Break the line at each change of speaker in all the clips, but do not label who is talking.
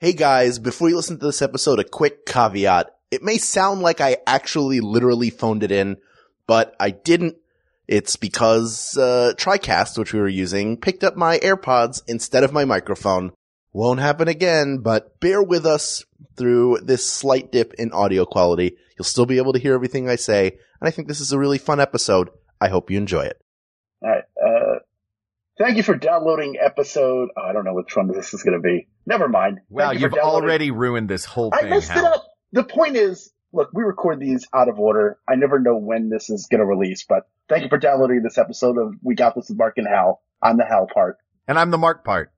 Hey guys, before you listen to this episode, a quick caveat. It may sound like I actually literally phoned it in, but I didn't. It's because uh, TriCast, which we were using, picked up my AirPods instead of my microphone. Won't happen again, but bear with us through this slight dip in audio quality. You'll still be able to hear everything I say, and I think this is a really fun episode. I hope you enjoy it.
All right. Uh, thank you for downloading episode. oh, I don't know which one this is going to be. Never mind. Thank
Wow,
you
you
for
have
downloading-
already ruined this whole
I
thing.
messed it
Hal.
up. The point is, look, we record these out of order. I never know when this is going to release, but thank you for downloading this episode of We Got This with Mark and Hal. I'm the Hal part.
And I'm the Mark part.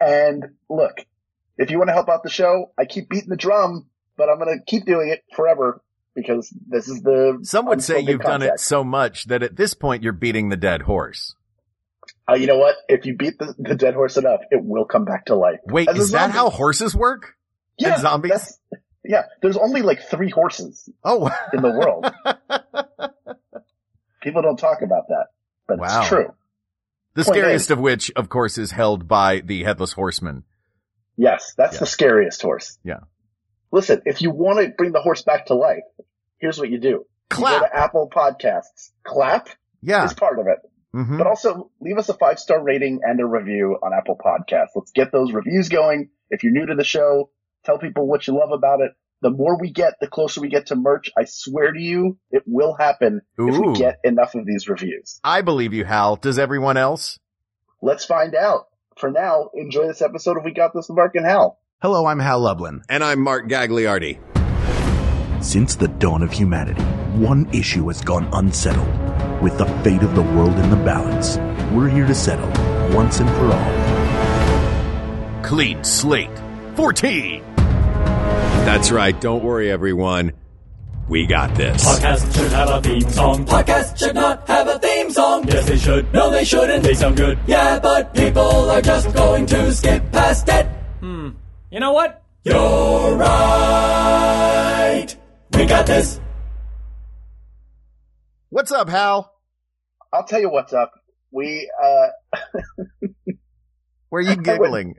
And look, if you want to help out the show, I keep beating the drum, but I'm going to keep doing it forever because this is the.
Some would say
unspoken
you've done it
contract.
so much that at this point you're beating the dead horse.
Uh, you know what? If you beat the, the dead horse enough, it will come back to life.
Wait,
As a
is that
zombie.
how horses work?
Yeah,
and zombies?
that's- yeah, there's only like three horses
Oh,
in the world. People don't talk about that, but
Wow.
it's true.
the
Point
scariest
is-
of which, of course, is held by the headless horseman.
Yes, that's
Yeah.
the scariest horse.
Yeah.
Listen, if you want to bring the horse back to life, here's what you do. You go
Clap.
to Apple Podcasts. Clap
Yeah.
is part of it.
hmm
But also leave us a five star rating and a review on Apple Podcasts. Let's get those reviews going. If you're new to the show, tell people what you love about it. The more we get, the closer we get to merch. I swear to you, it will happen if
Ooh.
we get enough of these reviews.
I believe you, Hal. Does everyone else?
Let's find out. For now, enjoy this episode of We Got This with Mark and Hal.
Hello, I'm Hal Lublin.
And I'm Mark Gagliardi.
Since the dawn of humanity, one issue has gone unsettled. With the fate of the world in the balance, we're here to settle once and for all.
Clean slate. 14.
That's right. Don't worry, everyone. We got this.
Podcast should have a theme song. Podcast should not have a theme song. Yes, they should. No, they shouldn't. They sound good. Yeah, but people are just going to skip past it. Hmm. You know what? You're right. We got this.
What's up, Hal?
I'll tell you what's up. We, uh,
Where are you giggling?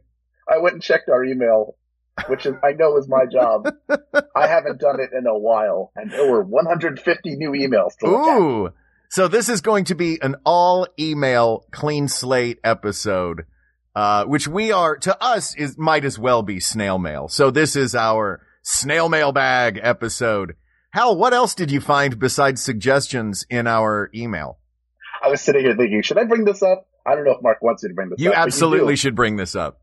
I went and checked our email, which is, I know is my job. I haven't done it in a while, and there were 150 new emails to look at.
Ooh. So this is going to be an all email clean slate episode, uh, which we are to us is might as well be snail mail. So this is our snail mail bag episode. Hal, what else did you find besides suggestions in our email?
I was sitting here thinking, should I bring this up? I don't know if Mark wants me to bring this
You
up. but
absolutely
do.
should bring this up.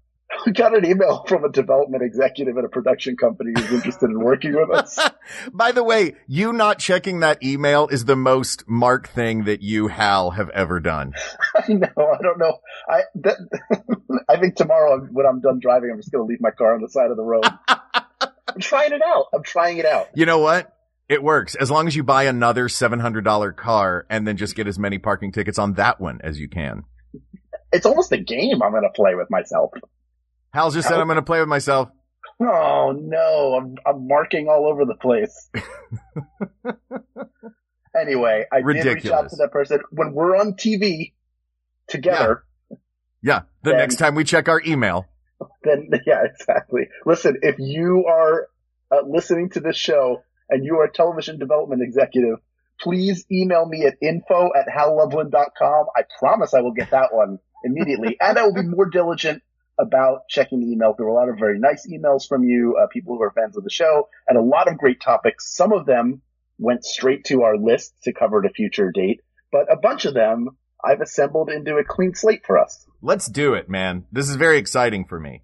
We got an email from a development executive at a production company who's interested in working with us.
By the way, you not checking that email is the most Mark thing that you, Hal, have ever done.
I know. I don't know. I that, I think tomorrow when I'm done driving, I'm just going to leave my car on the side of the road. I'm trying it out. I'm trying it out.
You know what? It works as long as you buy another $700 car and then just get as many parking tickets on that one as you can.
It's almost a game I'm going to play with myself.
Hal's just said, I'm going to play with myself.
Oh no, I'm I'm marking all over the place. anyway, I did reach out
Ridiculous.
to that person when we're on TV together.
Yeah. The
Then-
next time we check our email.
Then yeah, exactly. Listen, if you are uh, listening to this show and you are a television development executive, please email me at info at howloveland.com. I promise I will get that one immediately, and I will be more diligent about checking the email. There were a lot of very nice emails from you, uh, people who are fans of the show, and a lot of great topics. Some of them went straight to our list to cover at a future date, but a bunch of them I've assembled into a clean slate for us.
Let's do it, man. This is very exciting for me.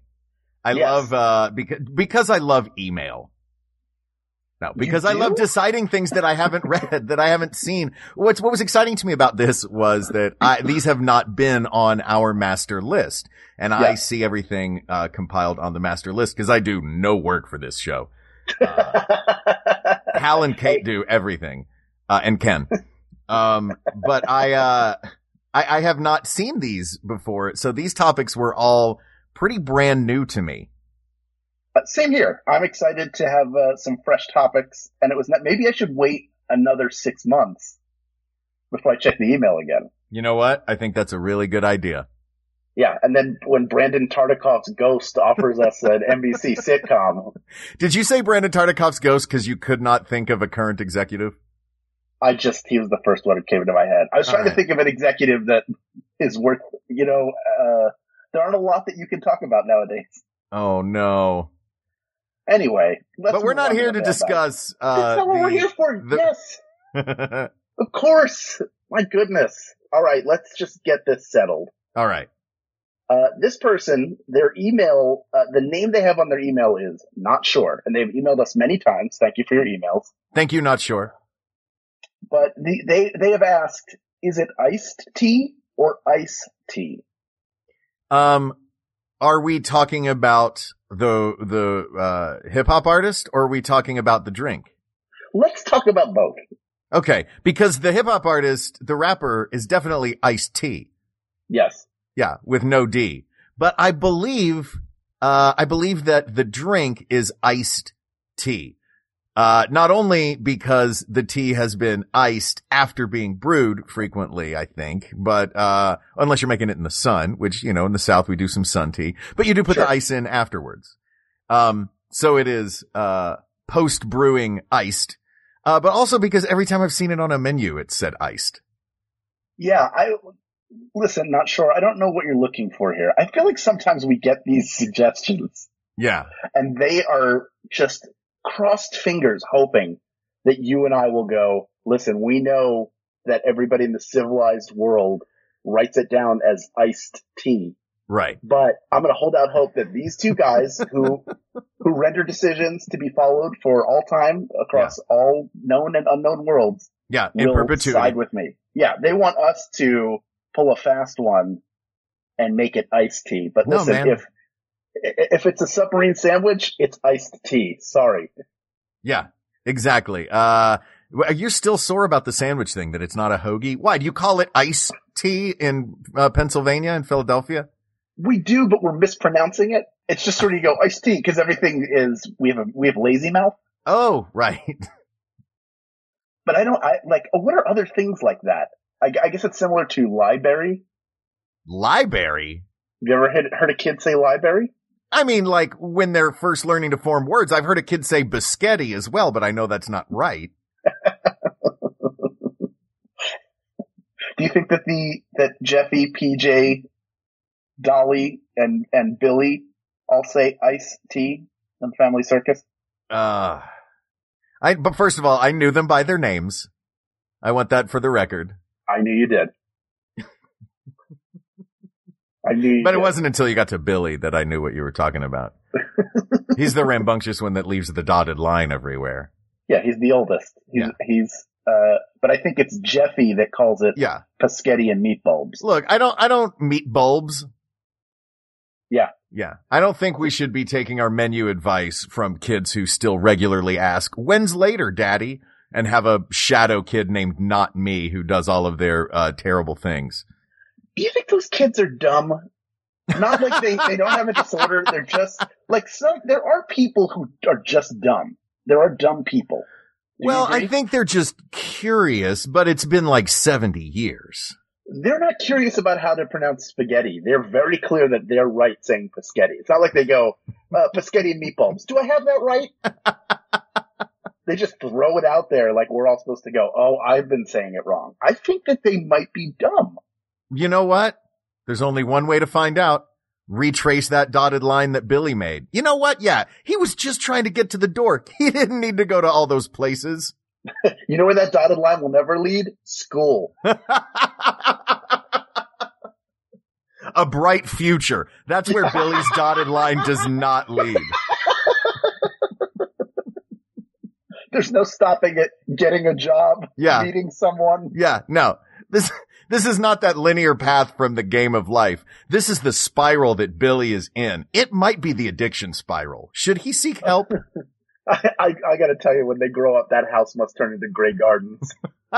I
Yes.
love, uh, because, because I love email. No, because I
do?
love deciding things that I haven't read, that I haven't seen. What's, what was exciting to me about this was that I, these have not been on our master list and I
Yeah.
see everything, uh, compiled on the master list because I do no work for this show. Uh, Hal and Kate do everything, uh, and Ken. Um, but I, uh, I, I have not seen these before. So these topics were all pretty brand new to me.
Uh, same here. I'm excited to have uh, some fresh topics, and it was not, maybe I should wait another six months before I check the email again.
You know what? I think that's a really good idea.
Yeah, and then when Brandon Tartakov's ghost offers us an NBC sitcom,
Did you say Brandon Tartakov's ghost because you could not think of a current executive?
I just he was the first one that came into my head. I was trying
Alright.
to think of an executive that is worth you know, uh there aren't a lot that you can talk about nowadays.
Oh no!
Anyway, let's
but we're
move on
not here
the
to
bad guys.
discuss. Uh,
That's not what we're here for.
the-
yes.
the-
Of course. My goodness. All right, let's just get this settled.
All right.
Uh, this person, their email, uh, the name they have on their email is not sure, and they've emailed us many times. Thank you for your emails.
Thank you. Not sure.
But the, they they have asked, is it iced tea or ice tea?
Um, are we talking about the the uh, hip hop artist, or are we talking about the drink?
Let's talk about both.
Okay, because the hip hop artist, the rapper, is definitely Ice T.
Yes.
Yeah, with no D. But I believe, uh, I believe that the drink is iced tea. Uh, not only because the tea has been iced after being brewed frequently, I think, but, uh, unless you're making it in the sun, which, you know, in the South, we do some sun tea, but you do put
Sure.
the ice in afterwards. Um, so it is, uh, post brewing iced, uh, but also because every time I've seen it on a menu, it said iced.
Yeah, I listen, not sure. I don't know what you're looking for here. I feel like sometimes we get these suggestions
Yeah.
and they are just crossed fingers hoping that you and I will go, listen, we know that everybody in the civilized world writes it down as iced tea.
Right.
but I'm going to hold out hope that these two guys who who render decisions to be followed for all time across all known and unknown worlds
Yeah. In
will
perpetuity.
side with me. Yeah, they want us to pull a fast one and make it iced tea. But
No,
listen,
man.
if if it's a submarine sandwich, it's iced tea. Sorry.
Yeah, exactly. Uh, w- you're still sore about the sandwich thing that it's not a hoagie. Why do you call it iced tea in uh, Pennsylvania and Philadelphia?
We do, but we're mispronouncing it. It's just sort of you go iced tea because everything is we have a, we have lazy mouth.
Oh, right.
but I don't. I like. What are other things like that? I, I guess it's similar to library.
Library.
Have you ever heard, heard a kid say library?
I mean, like when they're first learning to form words, I've heard a kid say biscotti as well, but I know that's not right.
Do you think that the that Jeffy, PJ, Dolly, and and Billy all say ice tea and Family Circus?
Uh, I, but first of all, I knew them by their names. I want that for the record.
I knew you did. I knew. You
But it
did.
wasn't until you got to Billy that I knew what you were talking about. He's the rambunctious one that leaves the dotted line everywhere.
Yeah, he's the oldest. He's, he's. Uh, but I think it's Jeffy that calls it
Yeah.
Paschetti and meat bulbs.
Look, I don't, I don't meet bulbs.
Yeah.
Yeah. I don't think we should be taking our menu advice from kids who still regularly ask, when's later, daddy? And have a shadow kid named not me who does all of their, uh, terrible things.
do you think those kids are dumb? Not like they, they don't have a disorder. They're just like some, there are people who are just dumb. There are dumb people. Do you
Well,
agree?
I think they're just curious, but it's been like 70 years.
they're not curious about how to pronounce spaghetti. They're very clear that they're right saying paschetti. It's not like they go, uh, paschetti and meatballs. Do I have that right? they just throw it out there like we're all supposed to go, oh, I've been saying it wrong. I think that they might be dumb.
You know what? There's only one way to find out. Retrace that dotted line that Billy made. You know what? Yeah. He was just trying to get to the door. He didn't need to go to all those places.
You know where that dotted line will never lead? School.
A bright future. That's where Billy's dotted line does not lead.
There's no stopping it, getting a job,
Yeah.
meeting someone.
Yeah, no. This this is not that linear path from the game of life. This is the spiral that Billy is in. It might be the addiction spiral. Should he seek
Oh,
help?
I, I, I gotta tell you, when they grow up, that house must turn into Grey Gardens.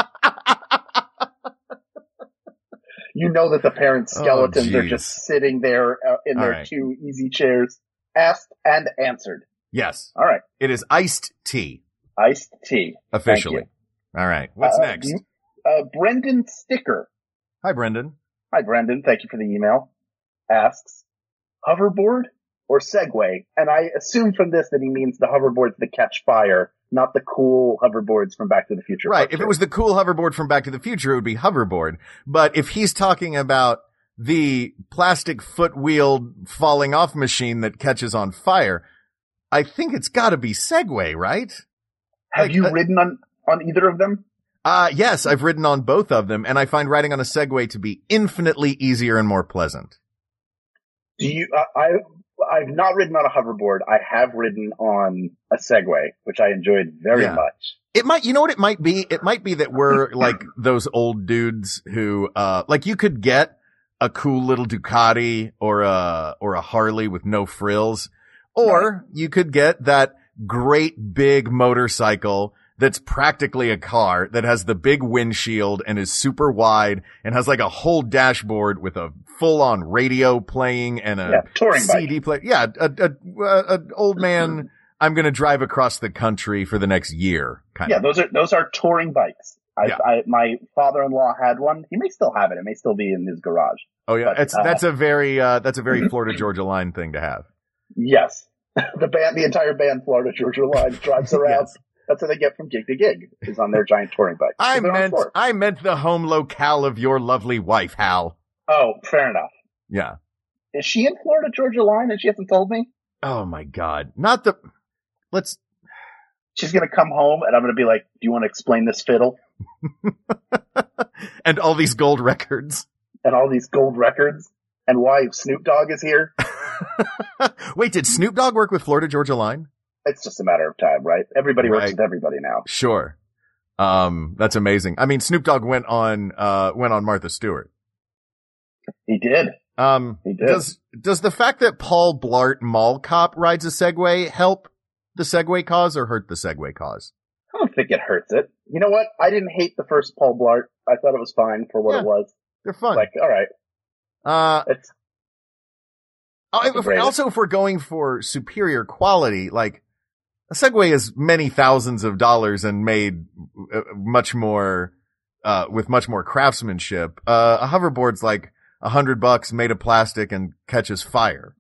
you know that the parents'
Oh,
skeletons are
jeez.
just sitting there uh, in
All
their
right.
two easy chairs, asked and answered.
Yes.
All right,
It is iced tea
iced tea.
officially. All right. What's
Uh,
next?
you- Uh, Brendan Sticker.
Hi Brendan.
Hi, Brendan. Thank you for the email. asks, hoverboard or Segway? And I assume from this that he means the hoverboards that catch fire, not the cool hoverboards from Back to the Future.
Right.
Part
If
Two.
it was the cool hoverboard from Back to the Future, it would be hoverboard. But if he's talking about the plastic foot wheeled falling off machine that catches on fire, I think it's gotta be Segway, right?
have you
uh,
ridden on, on either of them?
Uh, yes, I've ridden on both of them and I find riding on a Segway to be infinitely easier and more pleasant.
Do you? uh, I, I I've not ridden on a hoverboard. I have ridden on a Segway, which I enjoyed very
Yeah.
much.
It might, you know what it might be? It might be that we're like those old dudes who, uh, like you could get a cool little Ducati or a, or a Harley with no frills, or you could get that great big motorcycle that's practically a car that has the big windshield and is super wide and has like a whole dashboard with a full on radio playing and a
yeah, touring bike.
CD player. Yeah. A, a, a, a old man. I'm going to drive across the country for the next year kind
Yeah,
of.
those are those are touring bikes. I,
Yeah.
I my father-in-law had one. He may still have it. It may still be in his garage.
Oh yeah,
But,
that's
uh,
that's a very uh, that's a very Florida Georgia line thing to have.
Yes, the band, the entire band, Florida Georgia Line drives around. That's how they get from gig to gig is on their giant touring bike.
I
They're on
meant
tour.
I meant the home locale of your lovely wife, Hal.
Oh, fair enough.
Yeah.
Is she in Florida Georgia Line and she hasn't told me?
Oh my God, not the. Let's.
She's gonna come home and I'm gonna be like, "Do you want to explain this fiddle
and all these gold records.
and all these gold records and why Snoop Dogg is here?"
Wait, did Snoop Dogg work with Florida Georgia Line?
it's just a matter of time, right? Everybody works
Right.
with everybody now.
Sure. Um, that's amazing. I mean, Snoop Dogg went on uh went on Martha Stewart.
He did.
Um,
He did.
does does the fact that Paul Blart Mall Cop rides a Segway help the Segway cause or hurt the Segway cause?
I don't think it hurts it. You know what? I didn't hate the first Paul Blart. I thought it was fine for what
Yeah.
it was.
They're fun.
Like, all right,
uh,
it's
Oh,
That's
if-
great.
also, if we're going for superior quality, like a Segway is many thousands of dollars and made uh, much more, uh, with much more craftsmanship. Uh, a hoverboard's like a hundred bucks made of plastic and catches fire.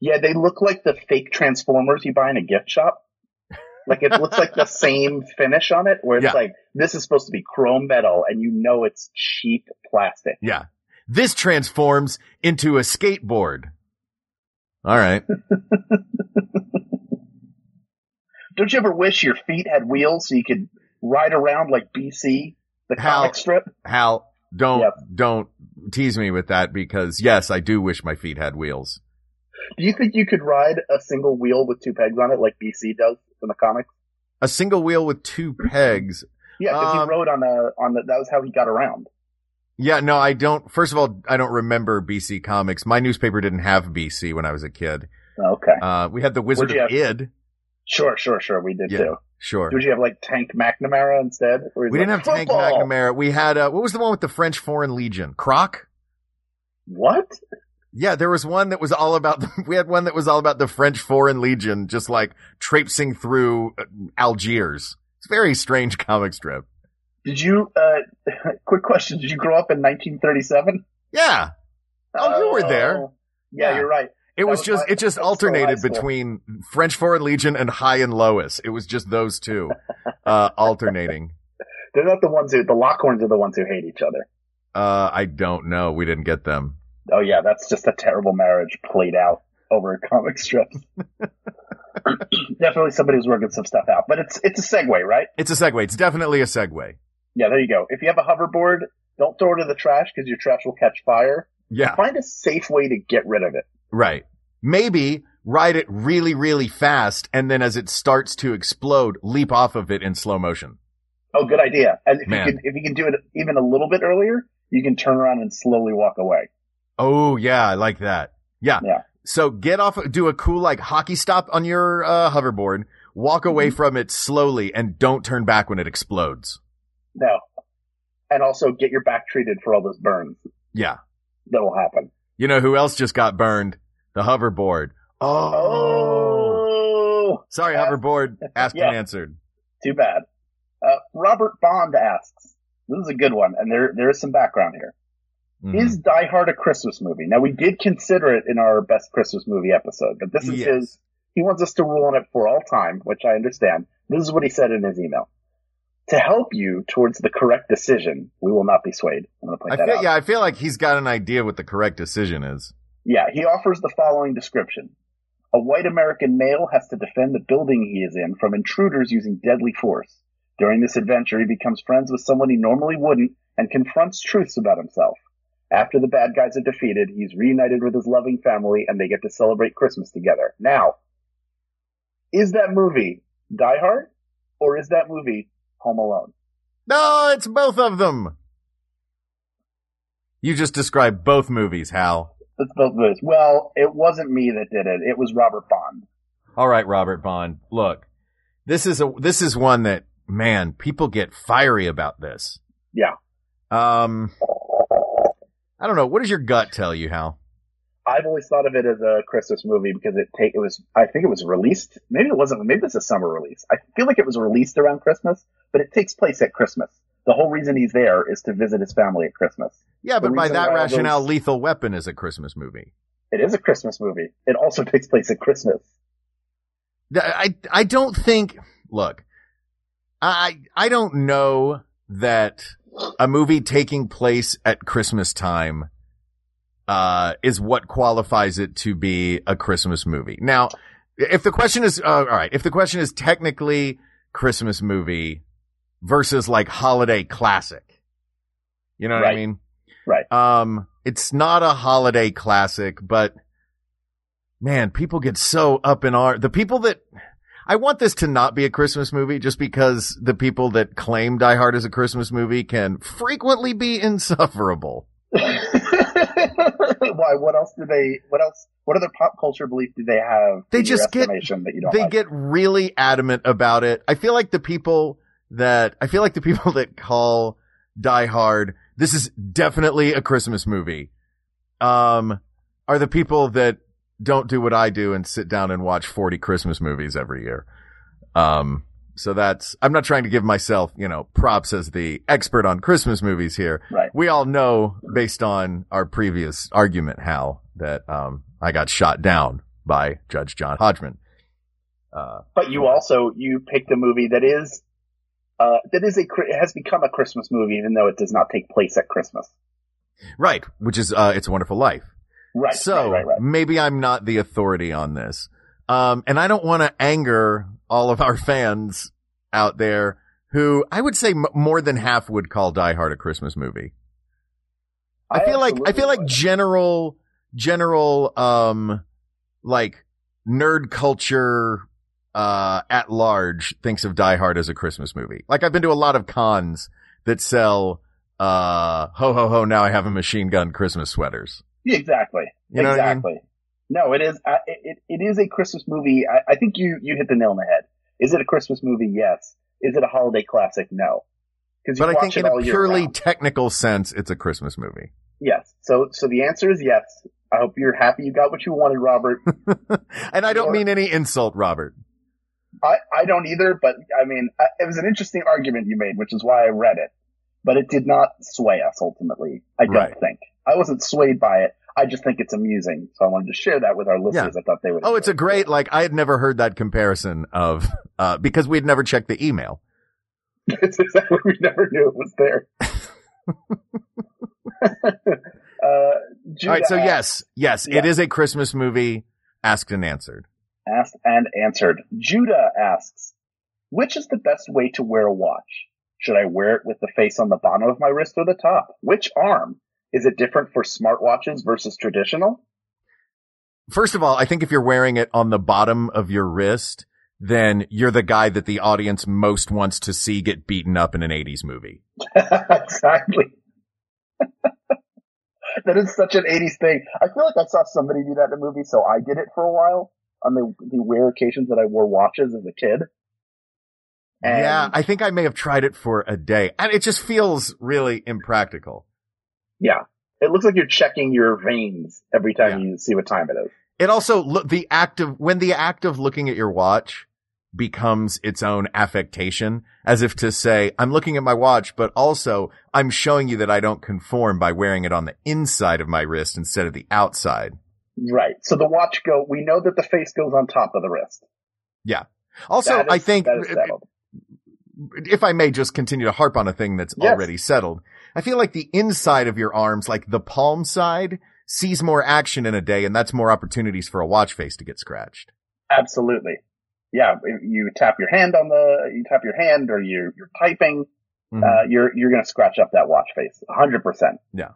yeah, they look like the fake Transformers you buy in a gift shop. Like it looks like the same finish on it, where it's
Yeah.
like this is supposed to be chrome metal, and you know it's cheap plastic.
Yeah. This transforms into a skateboard. All right.
Don't you ever wish your feet had wheels so you could ride around like BC, the
How-
comic strip?
Hal, don't,
Yep.
don't tease me with that because yes, I do wish my feet had wheels.
Do you think you could ride a single wheel with two pegs on it like BC does in the comics?
A single wheel with two pegs
Yeah, because
Um,
he rode on a on the that was how he got around.
Yeah, no, I don't. First of all, I don't remember BC Comics. My newspaper didn't have BC when I was a kid.
Okay,
Uh, we had the Wizard
What'd
of Id.
sure, sure, sure. We did
Yeah.
too.
Sure.
Did you have like Tank McNamara instead? Or he's
We didn't have
like,
Tank
"Football!"
McNamara. We had, uh, what was the one with the French Foreign Legion? Croc?
What?
Yeah, there was one that was all about, we had one that was all about the French Foreign Legion just like traipsing through uh, Algiers. It's a very strange comic strip.
Did you? Uh, quick question: Did you grow up in 1937?
Yeah. Oh, you were there.
Yeah,
Yeah.
you're right.
It
That
was
was
just
my-
it just
that was still high
alternated
school.
between French Foreign Legion and High and Lois. It was just those two uh alternating.
They're not the ones who the Lockhorns are the ones who hate each other.
Uh I don't know. We didn't get them.
Oh yeah, that's just a terrible marriage played out over comic strips. Definitely somebody was working some stuff out, but it's it's a segue, right?
It's a segue. It's definitely a segue.
Yeah, there you go. If you have a hoverboard, don't throw it in the trash because your trash will catch fire.
Yeah.
Find a safe way to get rid of it.
Right. Maybe ride it really really fast and then as it starts to explode, leap off of it in slow motion.
Oh, good idea. And if
Man.
you can, if you can do it even a little bit earlier, you can turn around and slowly walk away.
Oh yeah, I like that. Yeah.
Yeah.
So get off, do a cool like hockey stop on your uh, hoverboard, walk away
Mm-hmm.
from it slowly, and don't turn back when it explodes.
No. And also get your back treated for all those burns
Yeah.
that'll happen.
You know who else just got burned? The hoverboard. Oh.
Oh,
Sorry,
Ask-
hoverboard. Asked
Yeah.
and answered.
too bad. Uh, Robert Bond asks, this is a good one. And there, there is some background here.
Mhm.
Is Die Hard a Christmas movie? Now we did consider it in our best Christmas movie episode, but this is
Yes.
his. He wants us to rule on it for all time, which I understand. This is what he said in his email. To help you towards the correct decision, we will not be swayed. I'm going to
I
point that
feel,
out.
yeah, I feel like he's got an idea what the correct decision is.
Yeah, he offers the following description. A white American male has to defend the building he is in from intruders using deadly force. During this adventure, he becomes friends with someone he normally wouldn't and confronts truths about himself. After the bad guys are defeated, he's reunited with his loving family and they get to celebrate Christmas together. Now, is that movie Die Hard or is that movie Home Alone?
No, it's both of them. You just described both movies, Hal.
It's both movies. Well, it wasn't me that did it. It was Robert Bond.
All right, Robert Bond. Look, this is a this is one that man people get fiery about this.
Yeah.
Um, I don't know. What does your gut tell you, Hal?
I've always thought of it as a Christmas movie because it take it was I think it was released maybe it wasn't maybe it's a summer release I feel like it was released around Christmas but it takes place at Christmas the whole reason he's there is to visit his family at Christmas
Yeah,
The
but by
reason
that
why all
rationale,
uh, those-
Lethal Weapon is a Christmas movie.
it is a Christmas movie it also takes place at Christmas
Th- I I don't think. Look, I I don't know that a movie taking place at Christmas time uh is what qualifies it to be a Christmas movie. Now, if the question is uh, all right, if the question is technically Christmas movie versus like holiday classic. You know what I
Right.
mean?
Right.
Um it's not a holiday classic, but man, people get so up in arms. The people that I want this to not be a Christmas movie just because the people that claim Die Hard is a Christmas movie can frequently be insufferable.
why what else do they what else what other pop culture belief do they have
They
in your
just get-
estimation that you don't
They
like?
get really adamant about it. I feel like the people that I feel like the people that call Die Hard this is definitely a Christmas movie. Um are the people that don't do what I do and sit down and watch 40 Christmas movies every year. Um so that's I'm not trying to give myself, you know, props as the expert on Christmas movies here.
Right.
We all know based on our previous argument Hal that um I got shot down by Judge John Hodgman. Uh
but you also you picked a movie that is uh, that is a cri- has become a Christmas movie even though it does not take place at Christmas
Right, which is uh, It's a Wonderful Life.
Right.
so
right, right, right.
maybe I'm not the authority on this, um, and I don't want to anger all of our fans out there who I would say m- more than half would call Die Hard a Christmas movie. I, feel like I
absolutely
feel like
would.
general general um like nerd culture uh at large thinks of Die Hard as a Christmas movie. Like I've been to a lot of cons that sell uh ho ho ho now I have a machine gun Christmas sweaters.
Yeah, exactly.
You know what I mean?
exactly. No, it is. I it, it is a Christmas movie. I, I think you you hit the nail on the head. Is it a Christmas movie? Yes. Is it a holiday classic? No. Because
But I think in a purely
round.
technical sense it's a Christmas movie.
yes. So so the answer is yes. I hope you're happy you got what you wanted, Robert.
and I don't
Or-
mean any insult, Robert.
I I don't either, but I mean I, it was an interesting argument you made, which is why I read it. But it did not sway us ultimately. I don't
Right.
think I wasn't swayed by it. I just think it's amusing, so I wanted to share that with our listeners. I thought they would.
Oh, it's
enjoy
a
it.
great like I had never heard that comparison of uh because we'd never checked the email.
It's exactly we never knew it was there. uh, Judah
All right, so
asked-
yes, yes, it
Yeah.
is a Christmas movie. Asked and answered.
asked and answered. Judah asks, which is the best way to wear a watch? Should I wear it with the face on the bottom of my wrist or the top? Which arm? Is it different for smartwatches versus traditional?
First of all, I think if you're wearing it on the bottom of your wrist, then you're the guy that the audience most wants to see get beaten up in an 80s movie.
exactly. that is such an 80s thing. I feel like I saw somebody do that in a movie, so I did it for a while on the, the rare occasions that I wore watches as a kid. And
yeah, I think I may have tried it for a day, and it just feels really impractical.
Yeah. It looks like you're checking your veins every time
Yeah.
you see what time it is.
It also look the act of when the act of looking at your watch becomes its own affectation as if to say, I'm looking at my watch, but also I'm showing you that I don't conform by wearing it on the inside of my wrist instead of the outside.
Right. So the watch go. We know that the face goes on top of the wrist.
Also,
That
I
is-
think uh,
that is settled.
if I may just continue to harp on a thing that's
Yes.
already settled, I feel like the inside of your arms, like the palm side, sees more action in a day and that's more opportunities for a watch face to get scratched.
Absolutely. Yeah, if you tap your hand on the, you tap your hand or you, you're typing,
Mhm.
uh, you're, you're going to scratch up that watch face. 100%.
All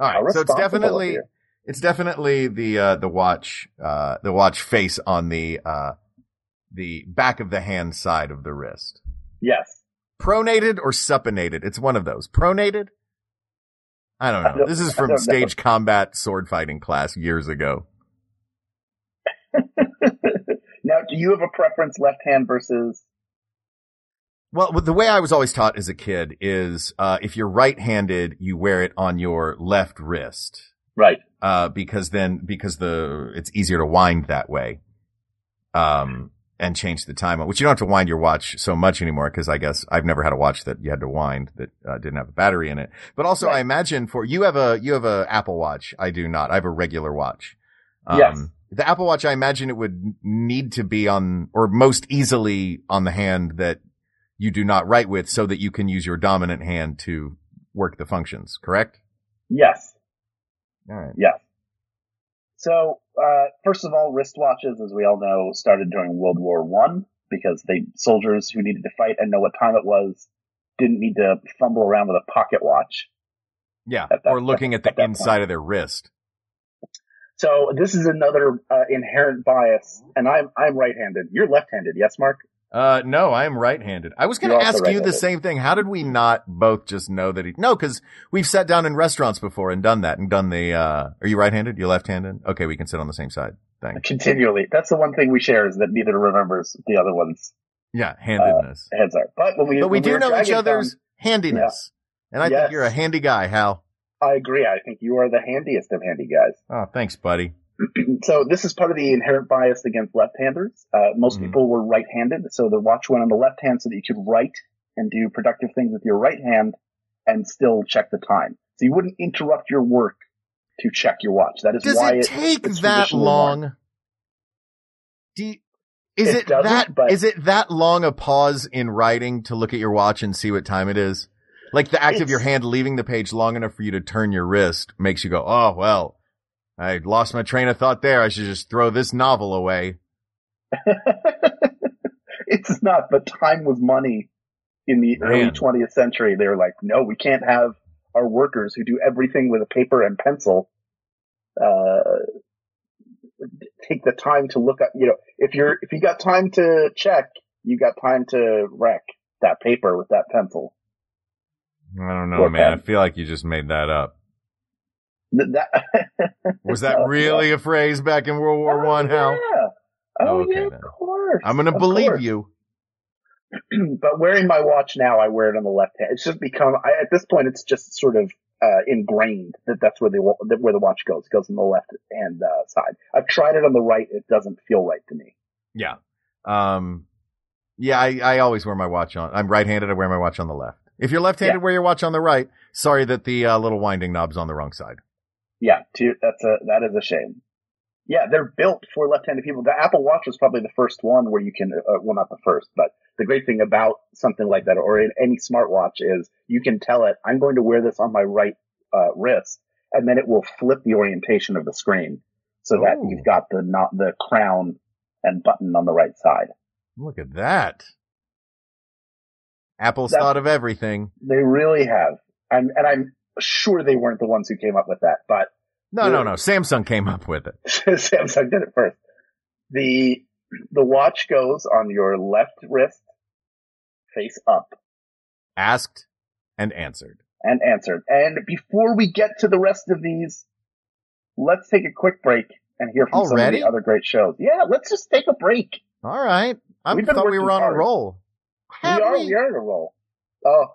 How
right. So it's
responsible of
definitely,
you.
it's definitely the, uh, the watch, uh, the watch face on the, uh, the back of the hand side of the wrist.
Yes.
Pronated or supinated? It's one of those. Pronated? I don't know.
I don't-
this is
I don't know.
from stage combat sword fighting class years ago.
now, do you have a preference left hand versus,
Well, the way I was always taught as a kid is, uh, if you're right-handed, you wear it on your left wrist,
right?
uh, because then, because the, it's easier to wind that way, um, and change the time, which you don't have to wind your watch so much anymore. Cause I guess I've never had a watch that you had to wind that uh, didn't have a battery in it. But also
Right.
I imagine for you have a, you have a Apple watch. I do not. I have a regular watch. Um,
Yes.
The Apple Watch, I imagine it would need to be on, or most easily on the hand that you do not write with so that you can use your dominant hand to work the functions, correct?
Yes.
All right.
So, uh, first of all, wristwatches, as we all know, started during World War One because they, soldiers who needed to fight and know what time it was didn't need to fumble around with a pocket watch.
Yeah.
At that-
or looking at
at
the
that
inside of their wrist.
So this is another uh, inherent bias, and I'm I'm right-handed. You're left-handed, yes, Mark.
Uh, no, I am right-handed. I was going
You're
to
also
ask you the
right-handed.
same thing. How did we not both just know that he, no, cause we've sat down in restaurants before and done that and done the, uh, are you right-handed? You left-handed? Okay. We can sit on the same side. Thanks.
Continually, that's the one thing we share is that neither remembers the other one's
Yeah. Handedness.
heads are. But when we
but we
Uh, when
do
were
know each
Dragontown,
other's handiness. And I
Yes.
think you're a handy guy, Hal.
I agree. I think you are the handiest of handy guys.
Oh, thanks, buddy.
so this is part of the inherent bias against left-handers. Uh, most
Mhm.
people were right-handed, so the watch went on the left hand so that you could write and do productive things with your right hand and still check the time. So you wouldn't interrupt your work to check your watch. That is
Does
why
it take
it's
that
traditionally worn.
long? Do you- is
It
it,
doesn't,
that
but-
is it that long a pause in writing to look at your watch and see what time it is? Like the act of your
It's-
hand leaving the page long enough for you to turn your wrist makes you go, "Oh well, I lost my train of thought there. I should just throw this novel away."
it's not, but time was money in the early
Man.
20th century. They were like, no, we can't have our workers who do everything with a paper and pencil, uh, take the time to look up, you know, if you're, if you got time to check, you got time to wreck that paper with that pencil.
I don't know,
Poor
man.
Pat.
I feel like you just made that up.
Th- That,
Was that
Oh,
really a phrase back in World War One, Hal?
Yeah. Oh,
Okay,
yeah, of
then.
course.
I'm gonna
Of
believe
course.
you.
but wearing my watch now, I wear it on the left hand. It's just become I, at this point, it's just sort of uh, ingrained that that's where the wa- that where the watch goes. It goes on the left hand uh, side. I've tried it on the right; it doesn't feel right to me.
Yeah. Um, yeah, I, I always wear my watch on. I'm right-handed. I wear my watch on the left. If you're left-handed,
Yeah.
wear your watch on the right. Sorry that the uh, little winding knob's on the wrong side.
Yeah, to, that's a that is a shame. Yeah, they're built for left-handed people. The Apple Watch was probably the first one where you can, uh, well, not the first, but the great thing about something like that or in any smartwatch is you can tell it, I'm going to wear this on my right uh, wrist, and then it will flip the orientation of the screen so that
Ooh.
you've got the not the crown and button on the right side.
Look at that. Apple's
That-
thought of everything.
They really have, I'm, and I'm sure they weren't the ones who came up with that, but
No, no,
Yeah.
no. Samsung came up with it.
Samsung did it first. The the watch goes on your left wrist, face up,
Asked and answered.
and answered. And before we get to the rest of these, let's take a quick break and hear from some of
Already?
the other great shows. Yeah, let's just take a break.
All right. I
We've been
thought we
working
were on
hard.
a roll. Have
we are
we?
we are in a roll. Oh,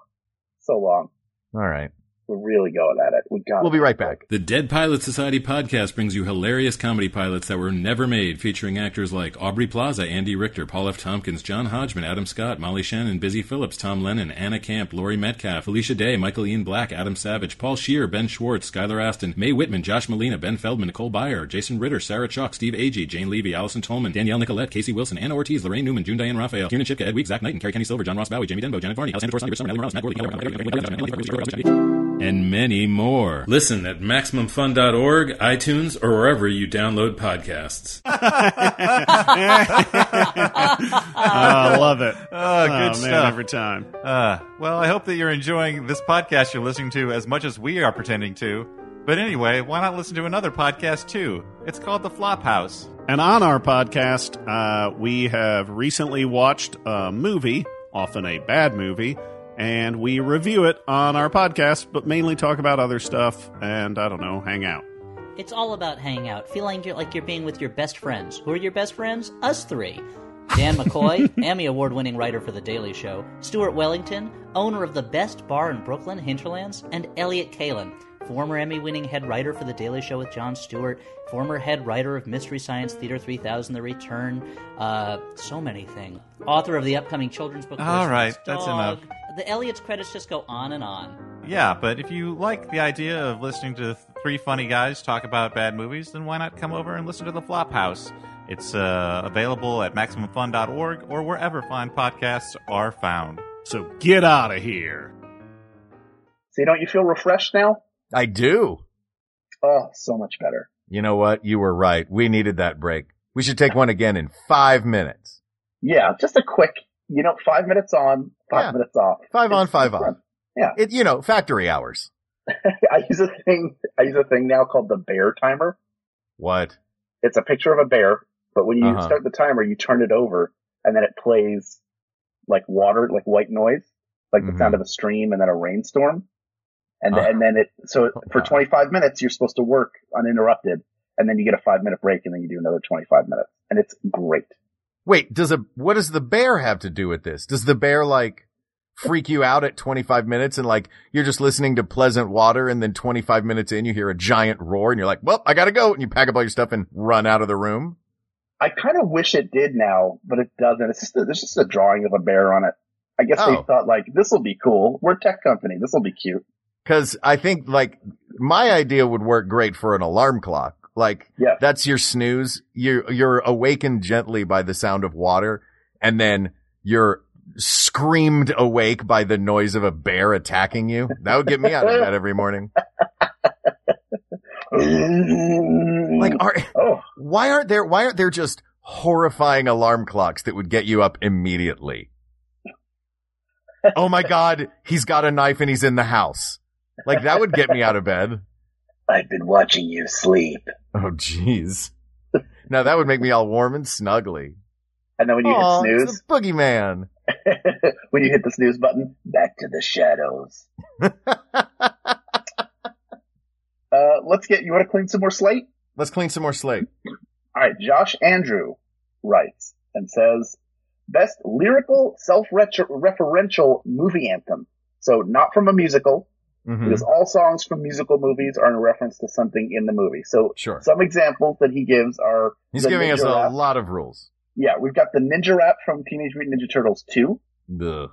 so long.
All right.
We're really going at it. We got.
We'll be right back.
The Dead Pilot Society podcast brings you hilarious comedy pilots that were never made, featuring actors like Aubrey Plaza, Andy Richter, Paul F. Tompkins, John Hodgman, Adam Scott, Molly Shannon, Busy Phillips, Tom Lennon, Anna Camp, Laurie Metcalf, Alicia Day, Michael Ian Black, Adam Savage, Paul Shear, Ben Schwartz, Skylar Aston, Mae Whitman, Josh Molina, Ben Feldman, Nicole Byer, Jason Ritter, Sarah Chalk, Steve Agee, Jane Levy, Allison Tolman, Danielle Nicolette, Casey Wilson, Anna Ortiz, Lorraine Newman, June Diane Raphael, Kieran Shipka, Ed Week, Zach Knight, and Carrie Kenny Silver, John Ross Bowie, Jamie Denbo, Janet Varney, Alexander Torres, Summer, Nelly Morales, Matt Gorley, and many more. Listen at MaximumFun.org, iTunes, or wherever you download podcasts.
Ah, I love it.
Oh, good
man,
stuff.
Every time.
Uh, well, I hope that you're enjoying this podcast you're listening to as much as we are pretending to. But anyway, why not listen to another podcast too? It's called The Flop House.
And on our podcast, uh, we have recently watched a movie, often a bad movie, and we review it on our podcast, but mainly talk about other stuff and, I don't know, hang out.
It's all about hanging out, feeling you're, like you're being with your best friends. Who are your best friends? Us three. Dan McCoy, Emmy award winning writer for The Daily Show, Stuart Wellington, owner of the best bar in Brooklyn, Hinterlands, and Elliot Kalin, former Emmy winning head writer for The Daily Show with Jon Stewart, former head writer of Mystery Science Theater 3000 The Return, uh, so many things. Author of the upcoming children's book.
All
Horseless
right, that's
Dog.
enough.
The Elliot's credits just go on and on.
Yeah, but if you like the idea of listening to th- three funny guys talk about bad movies, then why not come over and listen to The Flop House? It's uh, available at MaximumFun.org or wherever fine podcasts are found.
So get out of here.
See, don't you feel refreshed now?
I do.
Oh, so much better.
You know what? You were right. We needed that break. We should take one again in five minutes.
Yeah, just a quick. You know, five minutes on, five
Yeah.
minutes off.
Five on, five
It's
off.
fun. Yeah.
It, you know, factory hours.
I use a thing. I use a thing now called the bear timer.
What?
It's a picture of a bear, but when you
Uh-huh.
start the timer, you turn it over, and then it plays like water, like white noise, like
Mm-hmm.
the sound of a stream, and then a rainstorm, and th-
Uh-huh.
and then it. So for
wow.
25 minutes, you're supposed to work uninterrupted, and then you get a five minute break, and then you do another 25 minutes, and it's great.
Wait, does a, what does the bear have to do with this? Does the bear like freak you out at 25 minutes and like you're just listening to pleasant water and then 25 minutes in you hear a giant roar and you're like, well, I gotta go. And you pack up all your stuff and run out of the room.
I kind of wish it did now, but it doesn't. It's just a, there's just a drawing of a bear on it. I guess
Oh.
they thought like this will be cool. We're a tech company. This will be cute.
Cause I think like my idea would work great for an alarm clock. Like
Yeah.
that's your snooze. You're, you're awakened gently by the sound of water and then you're screamed awake by the noise of a bear attacking you. That would get me out of bed every morning.
like
Like are,
oh
why aren't there, why aren't there just horrifying alarm clocks that would get you up immediately? oh my God. He's got a knife and he's in the house. Like that would get me out of bed.
i've been watching you sleep
Oh, jeez. now that would make me all warm and snuggly.
and then when you
Aw,
hit
it's
snooze
the boogeyman.
when you hit the snooze button back to the shadows uh let's get you want to clean some more slate
Let's clean some more slate.
all right josh andrew writes and says best lyrical self-referential movie anthem so not from a musical
Mhm.
because all songs from musical movies are in reference to something in the movie so
Sure.
some examples that he gives are
He's
The
giving us
Ninja
a
Rap.
lot of rules.
Yeah, we've got the Ninja Rap from Teenage Mutant Ninja Turtles 2,
Ugh.
uh,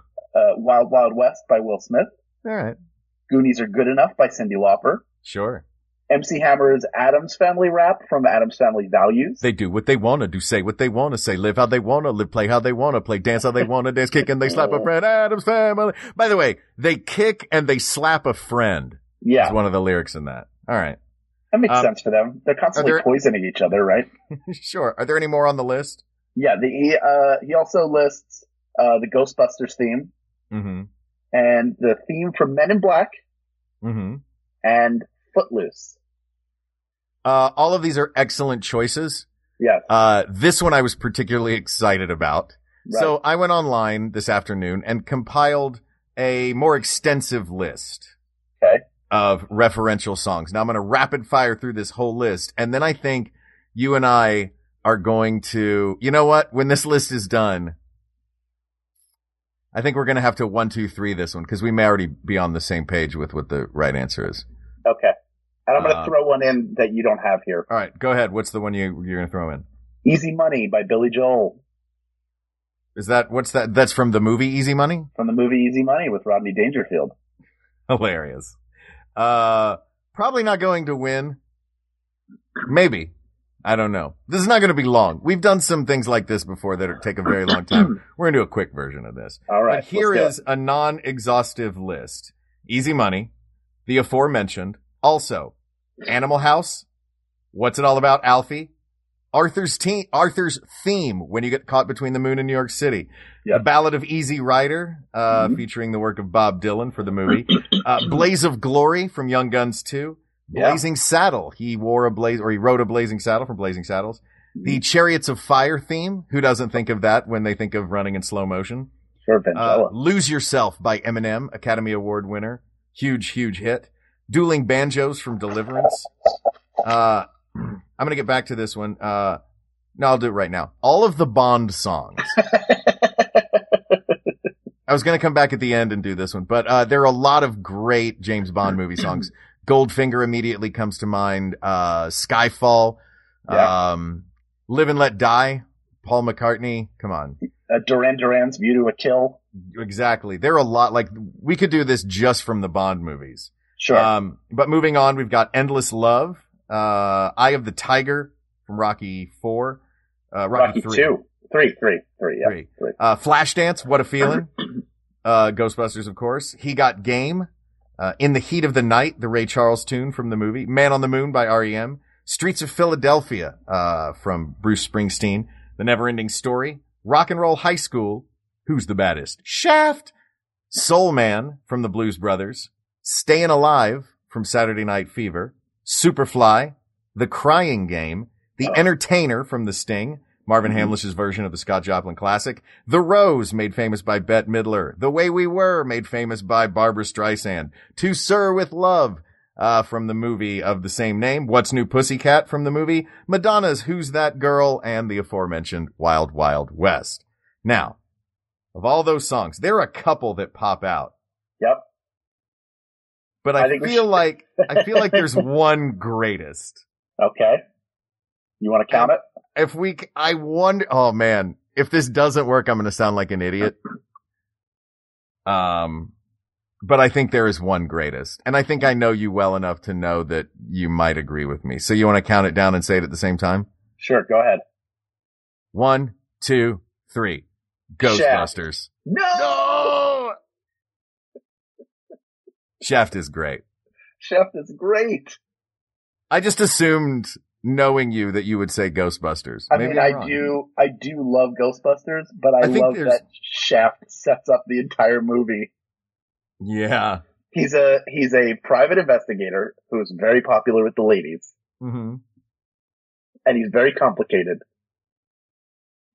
Wild Wild West by Will Smith,
All right.
Goonies Are Good Enough by Cindy Lauper,
Sure.
MC Hammer's Adam's Family Rap from Adam's Family Values,
They do what they want to do, say what they want to say, live how they want to live, play how they want to play, dance how they want to dance, kick and they slap a friend. Adam's family. By the way, they kick and they slap a friend.
yeah,
Is one of the lyrics in that. All right.
that makes
um,
sense for them. They're constantly
there-
poisoning each other, right?
sure. Are there any more on the list?
Yeah, the, he, uh, he also lists uh, the Ghostbusters theme
Mm-hmm.
and the theme from Men in Black
Mm-hmm.
and Footloose.
Uh, all of these are excellent choices.
Yes.
Uh, this one I was particularly excited about.
Right.
So I went online this afternoon and compiled a more extensive list
Okay.
of referential songs. Now I'm going to rapid fire through this whole list. And then I think you and I are going to, you know what? When this list is done, I think we're gonna have to one, two, three this one because we may already be on the same page with what the right answer is.
Okay. And I'm going to
Uh,
throw one in that you don't have here.
All right, go ahead. What's the one you you're gonna throw in?
Easy Money by Billy Joel
Is that what's that? That's from the movie Easy Money.
from the movie Easy Money with Rodney Dangerfield.
Hilarious. Uh, probably not going to win. Maybe. I don't know. This is not going to be long. We've done some things like this before that take a very long time. We're going to do a quick version of this.
All right.
But here
let's
is a non-exhaustive list. Easy Money, the aforementioned, also Animal House, What's It All About Alfie, Arthur's team, Arthur's theme when you get caught between the moon and New York City,
Yeah. Mm-hmm.
The Ballad of Easy Rider, uh, featuring the work of Bob Dylan for the movie, uh, Blaze of Glory from Young Guns 2,
Yeah.
Blazing Saddle. He wore a blaze, or he rode a blazing saddle from Blazing Saddles.
Mm-hmm.
The Chariots of Fire theme. Who doesn't think of that when they think of running in slow motion?
go. Sure,
Uh,
Vandella.
Lose Yourself by Eminem, Academy Award winner. Huge, huge hit. Dueling Banjos from Deliverance. Uh, I'm going to get back to this one. Uh, no, I'll do it right now. All of the Bond songs. I was going to come back at the end and do this one, but uh, there are a lot of great James Bond movie songs. Goldfinger immediately comes to mind. Uh, Skyfall. Um, Live and Let Die. Paul McCartney. Come on.
Uh, Duran Duran's View to a Kill.
Exactly. There are a lot like we could do this just from the Bond movies.
Sure.
Um, but moving on, we've got Endless Love, uh, Eye of the Tiger from Rocky Four, uh, Rocky,
Rocky,
Three,
Two. Three, three, three. Yeah.
Three.
three.
uh, Flashdance, What a Feeling, uh, Ghostbusters, of course. He Got Game, uh, In the Heat of the Night, the Ray Charles tune from the movie, Man on the Moon by REM, Streets of Philadelphia, uh, from Bruce Springsteen, The Never Ending Story, Rock and Roll High School, Who's the Baddest? Shaft, Soul Man from the Blues Brothers, Stayin' Alive from Saturday Night Fever, Superfly, The Crying Game,
Oh.
The Entertainer from The Sting, Marvin
Mm-hmm.
Hamlish's version of the Scott Joplin classic, The Rose, made famous by Bette Midler, The Way We Were, made famous by Barbara Streisand, To Sir with Love, uh, from the movie of the same name, What's New Pussycat from the movie, Madonna's Who's That Girl, and the aforementioned Wild Wild West. Now, of all those songs, there are a couple that pop out
Yep.
but I,
I think we
feel
should-
like I feel like there's one greatest.
Okay. You want to count it?
If we, c- I wonder. Oh man, if this doesn't work, I'm going to sound like an idiot. Um, but I think there is one greatest, and I think I know you well enough to know that you might agree with me. So you want to count it down and say it at the same time?
Sure. Go ahead.
One, two, three.
Shaft.
Ghostbusters.
No!
Shaft is great.
Chef is great.
I just assumed, knowing you, that you would say Ghostbusters.
I
Maybe
mean,
I'm
I
wrong.
do, I do love Ghostbusters, but I,
I think
love
there's-
that Shaft sets up the entire movie.
Yeah.
He's a, he's a private investigator who's very popular with the ladies.
Mm-hmm.
and he's very complicated.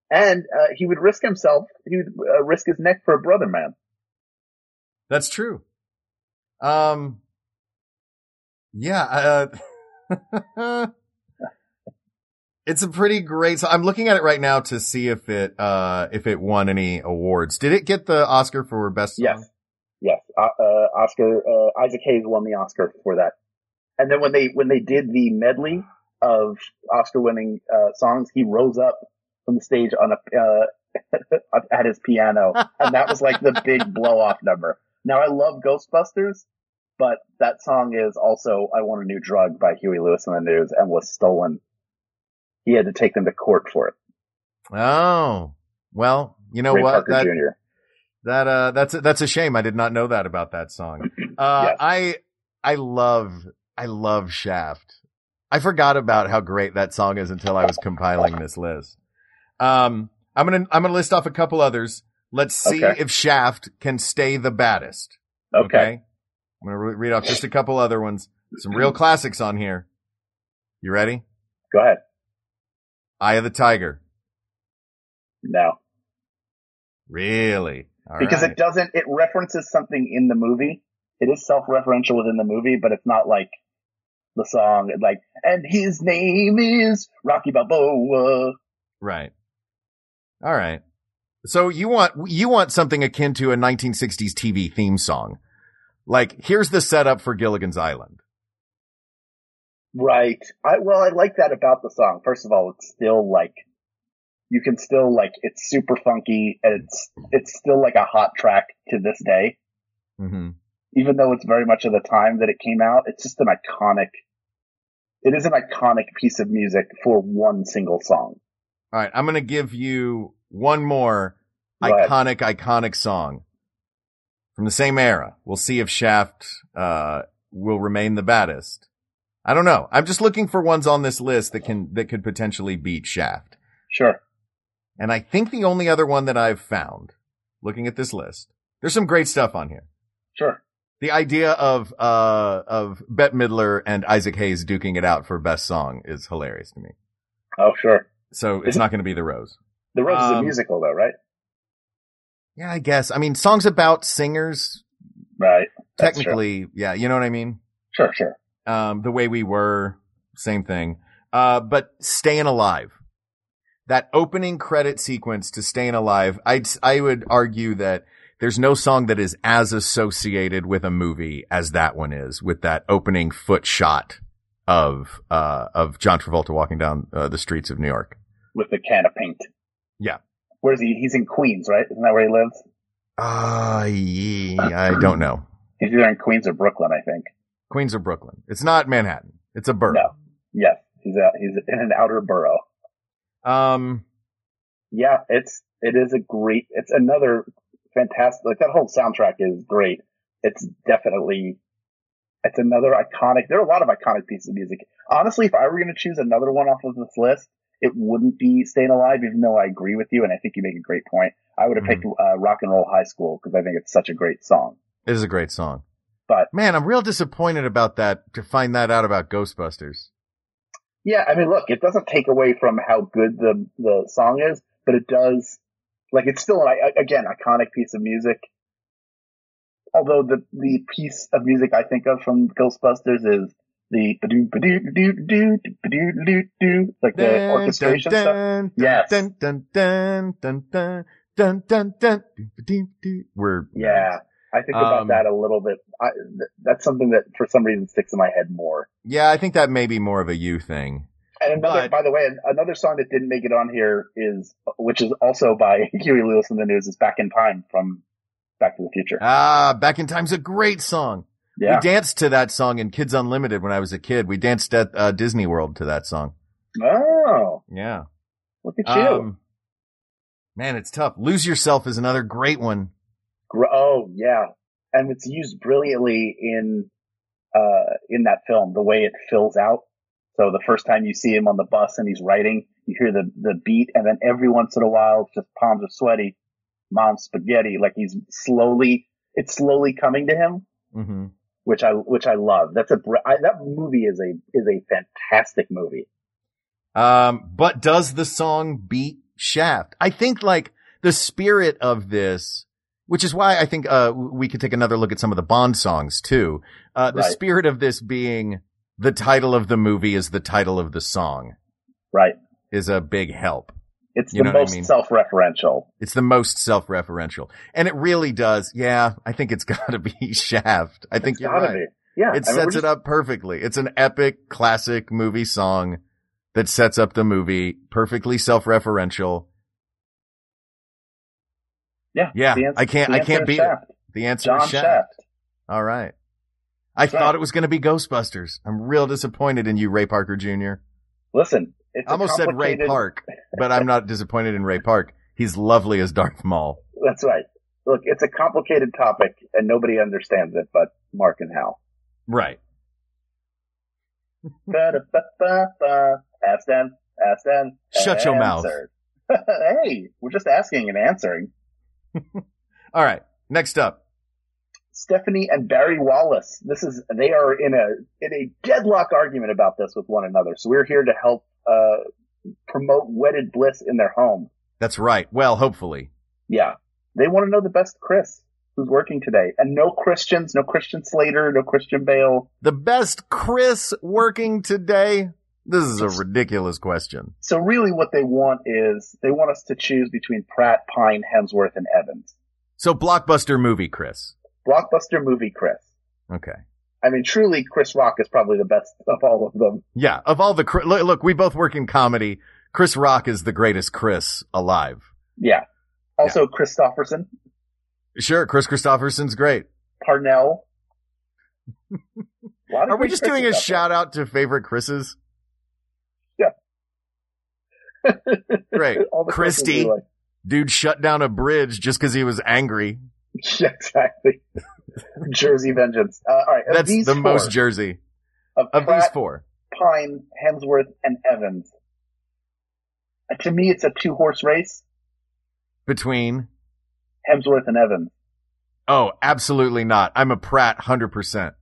And uh, he would risk himself. He would uh, risk his neck for a brother man.
That's true. Um, yeah, uh, it's a pretty great. So I'm looking at it right now to see if it, uh, if it won any awards. Did it get the Oscar for best song?
Yes, yes. Uh, uh, Oscar uh, Isaac Hayes won the Oscar for that. And then when they when they did the medley of Oscar winning uh, songs, he rose up from the stage on a uh, at his piano, and that was like the big blow off number. Now I love Ghostbusters, but that song is also "I Want a New Drug" by Huey Lewis and the News, and was stolen. He had to take them to court for it.
Oh, well, you know
Ray
what?
Parker
That,
Jr.
That uh, that's a, that's a shame. I did not know that about that song. Uh,
Yes.
I I love I love Shaft. I forgot about how great that song is until I was compiling this list. Um, I'm gonna I'm gonna list off a couple others. Let's see
Okay.
if Shaft can stay the baddest.
Okay.
I'm gonna re- read off just a couple other ones. Some real classics on here. You ready?
Go ahead.
Eye of the Tiger.
No.
Really? All
because
right.
it doesn't, it references something in the movie. It is self-referential within the movie, but it's not like the song, It's like, and his name is Rocky Balboa.
Right. All right. So you want you want something akin to a 1960s TV theme song. Like here's the setup for Gilligan's Island.
Right. I well, I like that about the song. First of all, it's still like you can still like it's super funky and it's it's still like a hot track to this day.
Mm-hmm.
Even though it's very much of the time that it came out, it's just an iconic it is an iconic piece of music for one single song.
All right, I'm going to give you one more
Go ahead.
iconic iconic song from the same era. We'll see if Shaft uh will remain the baddest. I don't know. I'm just looking for ones on this list that can that could potentially beat Shaft.
Sure.
And I think the only other one that I've found looking at this list. There's some great stuff on here.
Sure.
The idea of uh of Bette Midler and Isaac Hayes duking it out for best song is hilarious to me.
Oh, sure.
So it's not going to be the Rose.
The Rose is a
Um,
musical though, right?
Yeah, I guess. I mean, songs about singers,
Right. That's true.
technically. Yeah, you know what I mean.
Sure, sure.
Um, the way we were, same thing. Uh, but staying alive. That opening credit sequence to staying alive, I'd I would argue that there's no song that is as associated with a movie as that one is with that opening foot shot of uh of John Travolta walking down uh, the streets of New York.
With the can of paint.
Yeah.
Where's he? He's in Queens, right? Isn't that where he lives?
Uh, ye- I don't know.
He's either in Queens or Brooklyn, I think.
Queens or Brooklyn. It's not Manhattan. It's a borough.
No. Yes. He's out, he's in an outer borough.
Um,
Yeah, it's it is a great. It's another fantastic. Like that whole soundtrack is great. It's definitely. It's another iconic. There are a lot of iconic pieces of music. Honestly, if I were going to choose another one off of this list, it wouldn't be "Staying Alive," even though I agree with you and I think you make a great point. I would have picked uh, "Rock and Roll High School" because I think it's such a great song.
it is a great song.
But
Man, I'm real disappointed about that to find that out about Ghostbusters.
Yeah, I mean, look, it doesn't take away from how good the the song is, but it does. Like, it's still an I- again iconic piece of music. Although the the piece of music I think of from Ghostbusters is the ba-doo, ba-doo, ba-doo, ba-doo, ba-doo, ba-doo, do, like the orchestration stuff.
dun,
Yes.
Dun, dun, dun, dun, dun, dun, dun, dun, dun. We're
Yeah, I think about
Um,
that a little bit. I, th- that's something that for some reason sticks in my head more.
yeah. I think that may be more of a you thing.
And another,
But-
by the way, an- another song that didn't make it on here is, which is also by Huey Lewis in the News, is "Back in Time" from Back to the Future.
Ah, back in time's a great song.
yeah.
We danced to that song in Kids Unlimited when I was a kid. We danced at uh, Disney World to that song.
Oh,
Yeah.
look at you!
Um, man, it's tough. Lose Yourself is another great one.
Gr- oh, yeah, and it's used brilliantly in uh in that film. The way it fills out. So the first time you see him on the bus and he's writing, you hear the the beat, and then every once in a while, it's just palms are sweaty, mom's spaghetti. Like he's slowly, it's slowly coming to him.
Mm-hmm.
which I which I love. That's a br- I, that movie is a is a fantastic movie.
Um, but does the song beat Shaft? I think like the spirit of this, which is why I think, uh, we could take another look at some of the Bond songs too. Uh, the
Right.
spirit of this being the title of the movie is the title of the song
Right.
is a big help.
It's
You
the
know what I
most
mean.
self-referential.
It's the most self-referential and it really does. Yeah. I think it's gotta be Shaft. I think
It's
you're
gotta
right.
be. Yeah.
It sets it up perfectly. It's an epic classic movie song that sets up the movie, perfectly self-referential.
Yeah.
Yeah,
The ans-
I can't-
the
I
answer
can't
is
beat it.
Shaft.
The answer
John
is Shaft.
Shaft.
All right. I
right.
thought it was going to be Ghostbusters. I'm real disappointed in you, Ray Parker Jr.
Listen, it's a
I almost said Ray
complicated-
Park, but I'm not disappointed in Ray Park. He's lovely as Darth Maul.
That's right. Look, it's a complicated topic and nobody understands it but Mark and Hal.
Right.
Ba-da-ba-ba-ba. Ask them, ask them.
Shut your mouth.
answered. hey, we're just asking and answering.
All right. Next up.
Stephanie and Barry Wallace. This is they are in a in a deadlock argument about this with one another. So we're here to help uh, promote wedded bliss in their home.
That's right. Well, hopefully.
Yeah, they want to know the best Chris who's working today, and no Christians, no Christian Slater, no Christian Bale.
The best Chris working today. This is a ridiculous question.
So really what they want is they want us to choose between Pratt, Pine, Hemsworth, and Evans.
So blockbuster movie, Chris.
Blockbuster movie, Chris.
Okay.
I mean, truly, Chris Rock is probably the best of all of them.
Yeah. Of all the Chri- look, look, we both work in comedy. Chris Rock is the greatest Chris alive.
Yeah. Also, Christopherson,
Sure, Chris Christopherson's great.
Parnell. A lot of
Are we
great Chris's
just doing a
out there.
shout out to favorite Chris's?
Yeah.
Great.
All the Chris's
Christy.
we like.
Dude shut down a bridge just because he was angry.
Yeah, exactly. Jersey Vengeance. Uh, all right. of
That's
these
the
four,
most Jersey
of,
of
Pratt,
these four.
Pine, Hemsworth, and Evans. Uh, to me, it's a two horse race.
Between
Hemsworth and Evans.
oh, absolutely not. I'm a Pratt, hundred percent.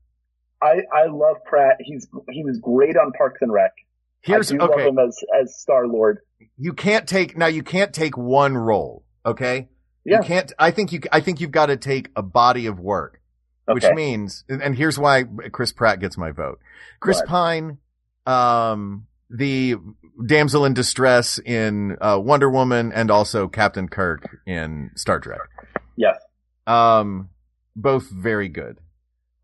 I, I love Pratt. He's he was great on Parks and Rec.
Here's
I do
okay.
love him as as Star Lord.
you can't take now you can't take one role okay
Yeah.
you can't i think you i think you've got to take a body of work which
Okay.
means and and here's why chris pratt gets my vote chris
Right.
pine um the damsel in distress in uh, wonder woman and also captain kirk in star trek
Yes.
um both very good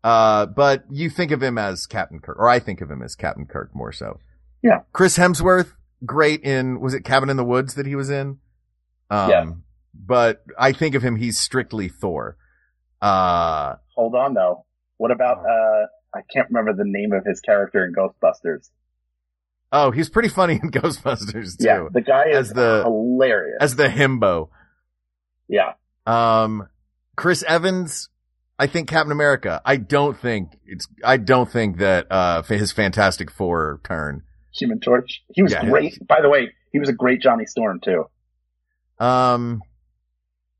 uh but you think of him as captain kirk or i think of him as captain kirk more so
Yeah.
chris hemsworth great in was it cabin in the woods that he was in um
Yeah.
but i think of him he's strictly thor uh
Hold on though. What about uh I can't remember the name of his character in Ghostbusters.
oh he's pretty funny in ghostbusters too
Yeah, the guy is
As the-
hilarious.
as the himbo
yeah.
um chris evans i think captain america i don't think it's i don't think that uh his fantastic four turn
Human Torch. He was
Yeah.
great. By the way, he was a great Johnny Storm too.
Um,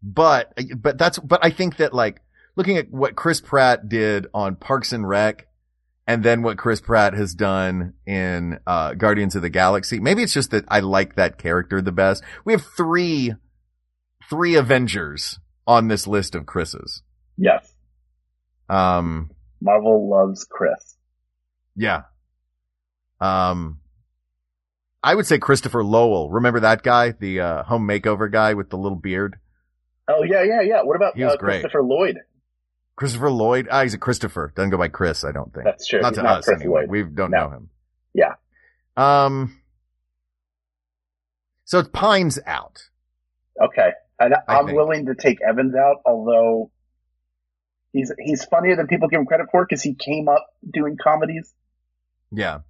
but but that's but I think that like looking at what Chris Pratt did on Parks and Rec, and then what Chris Pratt has done in uh, Guardians of the Galaxy, maybe it's just that I like that character the best. We have three three Avengers on this list of Chris's.
Yes.
Um,
Marvel loves Chris.
yeah. Um, I would say Christopher Lowell. Remember that guy, the uh, home makeover guy with the little beard.
Oh yeah, yeah, yeah. What about
He was
uh,
great.
Christopher Lloyd?
Christopher Lloyd. Ah, he's a Christopher. Doesn't go by Chris, I don't think.
That's true.
Not
He's
to
not
us
Chris
anyway.
Lloyd.
We don't
No.
know him.
Yeah.
Um. So it's Pine's out.
Okay. And
I
I'm
think.
willing to take Evans out, although he's he's funnier than people give him credit for because he came up doing comedies.
Yeah.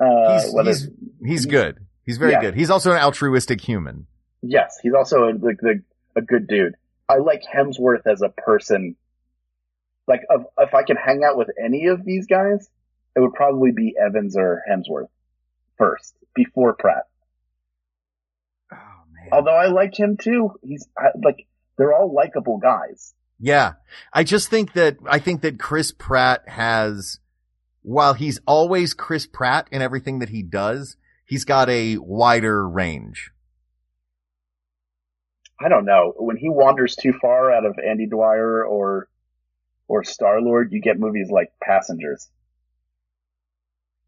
Uh,
He's
whether-
he's, he's good. He's very
Yeah.
good. He's also an altruistic human.
yes, he's also a, like the, a good dude. I like Hemsworth as a person. Like, if, if I could hang out with any of these guys, it would probably be Evans or Hemsworth first before Pratt.
Oh man.
Although I like him too. He's I, like they're all likable guys.
Yeah. I just think that I think that Chris Pratt has while he's always Chris Pratt in everything that he does, he's got a wider range.
I don't know. When he wanders too far out of Andy Dwyer or or Star Lord, you get movies like Passengers.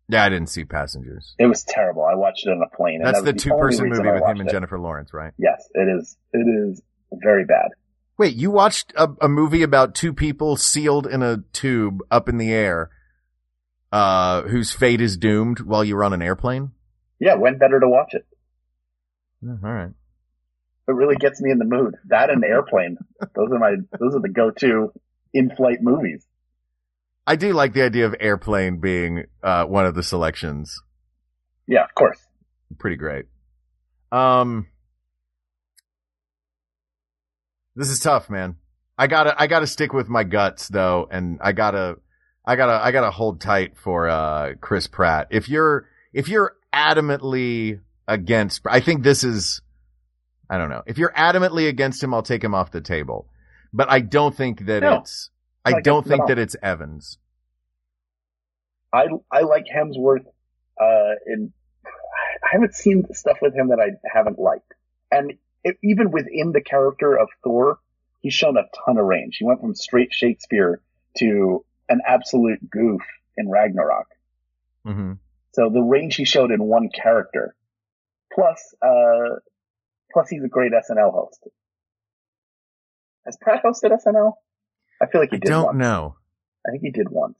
Yeah, I didn't see Passengers.
It was terrible. I watched it on a plane. and
That's
that
the
was
two
only
person
reason
movie
I
with him
watched
and
it.
Jennifer Lawrence, right?
Yes, it is. It is very bad.
Wait, you watched a, a movie about two people sealed in a tube up in the air, uh, whose fate is doomed while you were on an airplane?
Yeah, when better to watch it?
Mm, All right.
It really gets me in the mood. That and Airplane. those are my. Those are the go-to in-flight movies.
I do like the idea of airplane being, uh, one of the selections.
Yeah, of course.
Pretty great. Um, this is tough, man. I gotta, I gotta stick with my guts though, and I gotta, I gotta, I gotta hold tight for, uh, Chris Pratt. If you're, if you're adamantly against, I think this is, I don't know. If you're adamantly against him, I'll take him off the table. But I don't think that
No.
it's, I
Like,
don't
it's not.
think that it's Evans.
I I like Hemsworth. Uh, in I haven't seen stuff with him that I haven't liked, and it, even within the character of Thor, he's shown a ton of range. He went from straight Shakespeare to an absolute goof in Ragnarok.
hmm
So the range he showed in one character. Plus, uh, plus he's a great SNL host. Has Pratt hosted SNL? I feel like he
I
did
don't
once.
know.
I think he did once.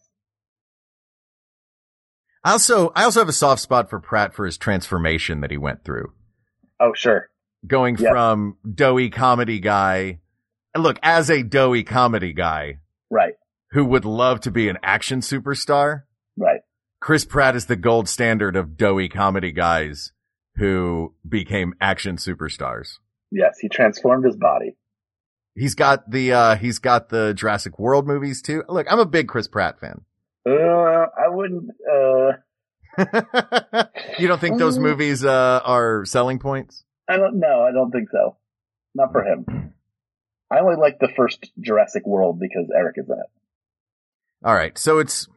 I also, I also have a soft spot for Pratt for his transformation that he went through.
Oh, sure.
going
Yeah.
from doughy comedy guy. and Look, as a doughy comedy guy
Right,
who would love to be an action superstar,
right.
Chris Pratt is the gold standard of doughy comedy guys who became action superstars.
Yes, he transformed his body.
He's got the uh he's got the Jurassic World movies too. Look, I'm a big Chris Pratt fan.
Uh, I wouldn't, uh,
you don't think those
Mm.
movies uh are selling points?
I don't know. I don't think so. Not for him. I only like the first Jurassic World because Eric is in it.
All right. So it's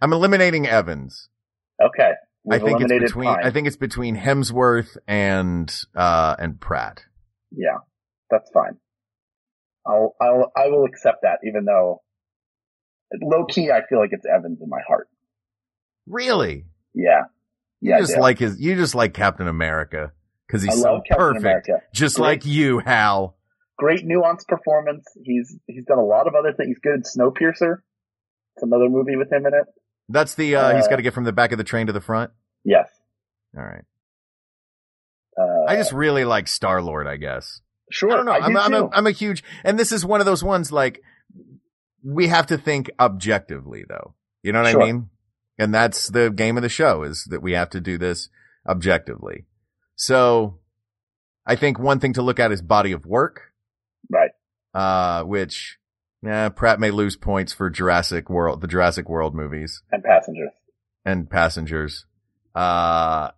I'm eliminating Evans.
Okay.
I
We've
think it's
eliminated
between
Pine.
I think it's between Hemsworth and uh and Pratt.
Yeah, that's fine. I'll I'll I will accept that, even though low key I feel like it's Evans in my heart.
Really?
Yeah,
You
Yeah, I
just
do.
like his you just like Captain America cuz he's
I
so
love Captain
perfect.
America.
Just
Great.
like you, Hal.
Great nuanced performance. He's he's done a lot of other things. He's good in Snowpiercer. It's another movie with him in it.
That's the uh, he's
Uh,
got to get from the back of the train to the front.
Yes.
All right.
Uh,
I just really like Star-Lord, I guess.
sure.
I don't know.
do
am I'm a,
too.
I'm a huge and this is one of those ones like we have to think objectively though. You know what
Sure.
I mean? And that's the game of the show is that we have to do this objectively. So I think one thing to look at is body of work.
right.
uh, which eh, Pratt may lose points for Jurassic World, the Jurassic World movies
And passengers.
and Passengers. Uh,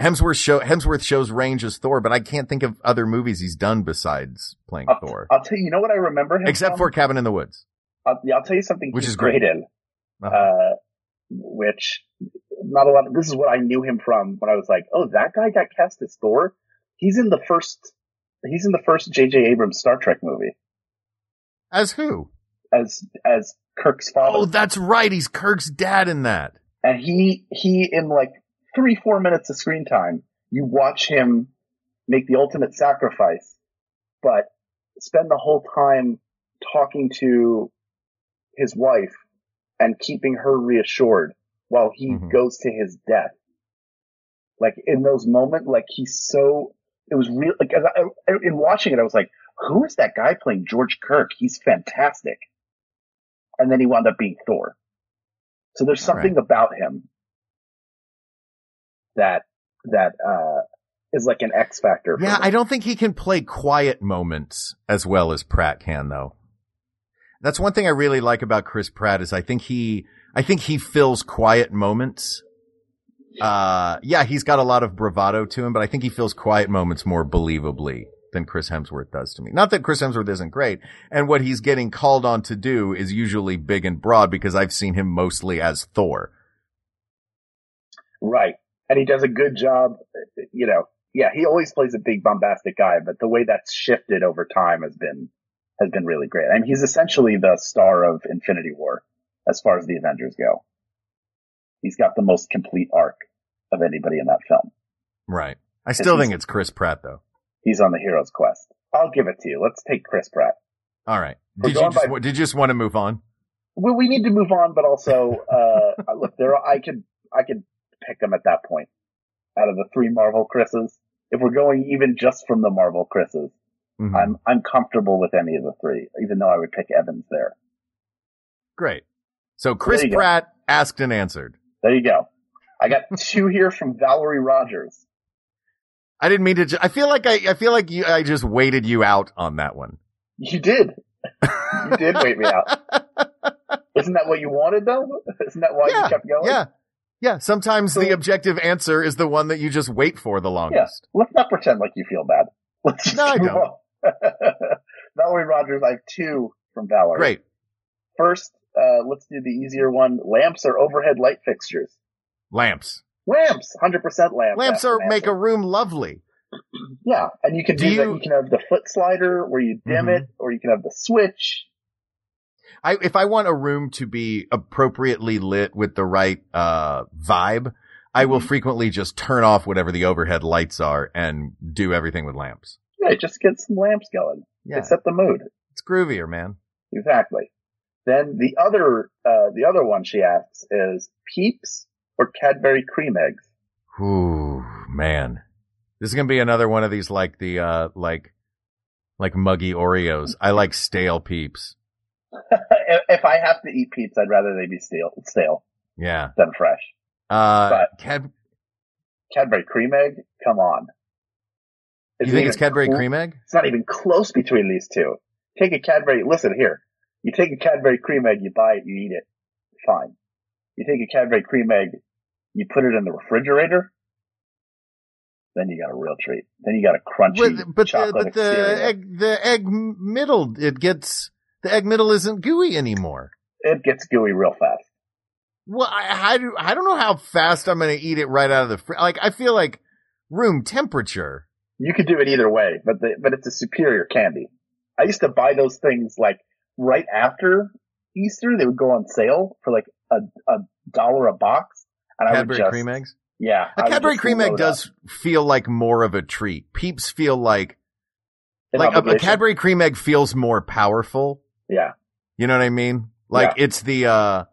Hemsworth show Hemsworth shows range as Thor, but I can't think of other movies he's done besides playing
I'll,
Thor,
I'll tell you. You know what I remember him
except
from?
for Cabin in the Woods.
I'll, yeah, I'll tell you something
Which
he's
is great.
in, uh, which not a lot. This is what I knew him from when I was like, oh, that guy got cast as Thor. He's in the first. He's in the first J.J. Abrams Star Trek movie
As who?
as as Kirk's father,
Oh, that's right. He's Kirk's dad in that.
and he he in like three four minutes of screen time, you watch him make the ultimate sacrifice, but spend the whole time talking to his wife and keeping her reassured while he
Mhm.
goes to his death. Like in those moments, like he's so, it was real, like as I, I- in watching it, I was like, who is that guy playing George Kirk? He's fantastic. And then he wound up being Thor. So there's
All right.
something about him that, that, uh, is like an X factor. for
Yeah,
me.
I don't think he can play quiet moments as well as Pratt can though. That's one thing I really like about Chris Pratt is I think he I think he fills quiet moments. Uh yeah, he's got a lot of bravado to him, but I think he fills quiet moments more believably than Chris Hemsworth does to me. Not that Chris Hemsworth isn't great, and what he's getting called on to do is usually big and broad because I've seen him mostly as Thor.
Right. And he does a good job, you know. Yeah, he always plays a big bombastic guy, but the way that's shifted over time has been has been really great. I mean, he's essentially the star of Infinity War as far as the Avengers go. He's got the most complete arc of anybody in that film.
Right. I still
he's-
think it's Chris Pratt though.
He's on the hero's quest. I'll give it to you. Let's take Chris Pratt.
All right.
We're
Did you
going
just
by-
wa- did you just want to move on?
Well, we need to move on, but also, uh, look, there are, I could I could pick him at that point out of the three Marvel Chris's. If we're going even just from the Marvel Chris's,
Mhm.
I'm I'm comfortable with any of the three, even though I would pick Evans there.
Great. So Chris
you go.
Pratt asked and answered.
There you go. I got two here from Valerie Rogers.
I didn't mean to. Ju- I feel like I. I feel like you. I just waited you out on that one.
You did. You did wait me out. Isn't that what you wanted though? Isn't that why
Yeah,
you kept going?
Yeah. Yeah. Sometimes the
So-
objective answer is the one that you just wait for the
Yeah.
longest.
Let's not pretend like you feel bad. Let's just
No, I
move
don't.
on. Valerie Rogers, I have two from Valerie.
Great.
First, uh, let's do the easier one. Lamps or overhead light fixtures?
Lamps.
Lamps, 100% lamps.
Lamps
That's
are
an
make
answer.
a room lovely.
Yeah, and you can
Do
do, that.
you- Mm-hmm.
You can have the foot slider where you dim
Mhm.
it, or you can have the switch.
I if I want a room to be appropriately lit with the right uh vibe, I
Mm-hmm.
will frequently just turn off whatever the overhead lights are and do everything with lamps.
Yeah, just get some lamps going.
Yeah.
It set the mood.
It's groovier, man.
Exactly. Then the other, uh, the other one she asks is Peeps or Cadbury cream eggs.
Ooh, man. This is gonna be another one of these like the uh like like muggy Oreos. I like stale peeps.
if if I have to eat Peeps, I'd rather they be stale, stale
Yeah.
than fresh.
Uh
But-
Cad-
Cadbury cream egg? Come on.
you think it's
even
Cadbury
clo-
cream egg?
It's not even close between these two. Take a Cadbury, listen here. You take a Cadbury cream egg, you buy it, you eat it. Fine. You take a Cadbury cream egg, you put it in the refrigerator. Then you got a real treat. Then you got a crunchy
But, but the,
chocolate
but the
exterior.
egg the egg middle it gets the egg middle isn't gooey anymore.
It gets gooey real fast.
Well, I, I do I don't know how fast I'm going to eat it right out of the fr- like I feel like room temperature.
You could do it either way, but the, but it's a superior candy. I used to buy those things like right after Easter. They would go on sale for like a, a dollar a box, and I
Cadbury
would just
cream eggs.
yeah. I
A
would
Cadbury
just
cream egg
load up.
does feel like more of a treat. Peeps feel like
An
like a, a
obligation.
Cadbury cream egg feels more powerful.
Yeah,
You know what I mean? Like it's the uh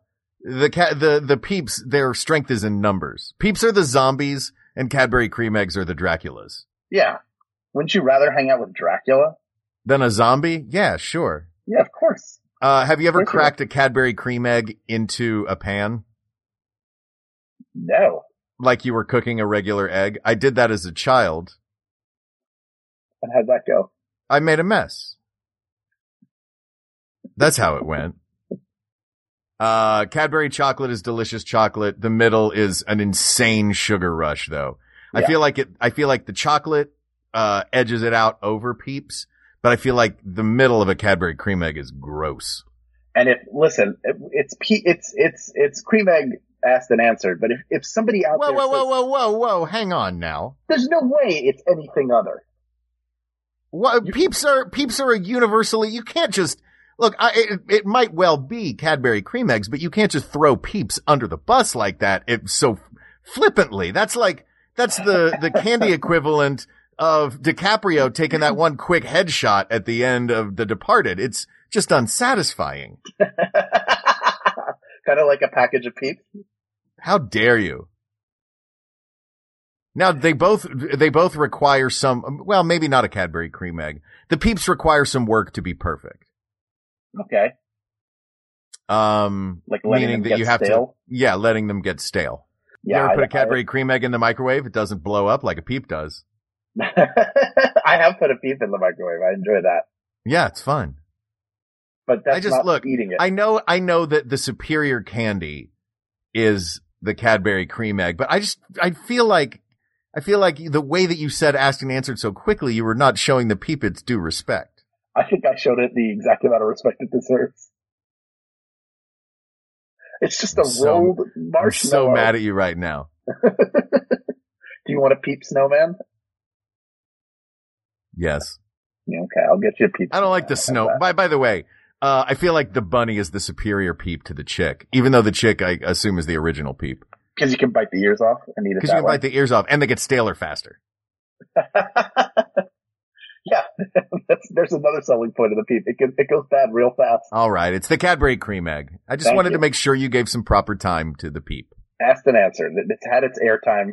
the cat the the peeps their strength is in numbers. Peeps are the zombies and Cadbury cream eggs are the Draculas.
yeah. Wouldn't you rather hang out with Dracula?
Then a zombie? Yeah, sure.
Yeah, of course.
Uh have you ever
Sure, sure.
cracked a Cadbury cream egg into a pan?
No,
like you were cooking a regular egg. I did that as a child.
and how'd that go?
I made a mess. That's how it went. Uh, Cadbury chocolate is delicious chocolate. The middle is an insane sugar rush though. I
Yeah.
feel like it, I feel like the chocolate, uh, edges it out over peeps, but I feel like the middle of a Cadbury cream egg is gross.
And if listen, it, it's pe- it's it's it's cream egg asked and answered. But if if somebody out
Whoa,
there
whoa,
says,
whoa, whoa, whoa, whoa. Hang on now.
there's no way it's anything other.
What peeps are peeps are a universally you can't just look. I, it, it might well be Cadbury cream eggs, but you can't just throw peeps under the bus like that. If so flippantly, that's like that's the the candy equivalent of DiCaprio taking that one quick headshot at the end of The Departed. It's just unsatisfying.
kind of like a package of peeps.
How dare you? Now they both they both require some well maybe not a Cadbury cream egg. The peeps require some work to be perfect.
Okay.
Um,
Like letting
meaning
them
that
get
you have
stale?
to, yeah, letting them get stale. you
Yeah.
ever put
I-
a Cadbury cream egg in the microwave? It doesn't blow up like a peep does.
I have put a peep in the microwave. I enjoy that,
Yeah, it's fun.
but that's
I just
not
look.
eating it.
I know. I know that the superior candy is the Cadbury cream egg, but I just I feel like I feel like the way that you said asked and answered so quickly, you were not showing the peep its due respect.
I think I showed it the exact amount of respect it deserves. It's just a
I'm so-
rolled
I'm
marshmallow.
so mad at you right now.
Do you want a peep snowman?
Yes.
Yeah, okay, I'll get you a peep.
I don't like the
snowman.
snow. By by the way, uh, I feel like the bunny is the superior peep to the chick, even though the chick I assume is the original peep
because Uh, you can bite the ears off and eat it.
because
That
you can bite the ears off and they get staler faster.
way. yeah, that's, there's another selling point of the peep. It, can, it goes bad real fast.
All right, it's the Cadbury cream egg. I just
Thank
wanted
you.
to make sure you gave some proper time to the peep.
Asked and answered. It- It's had its airtime.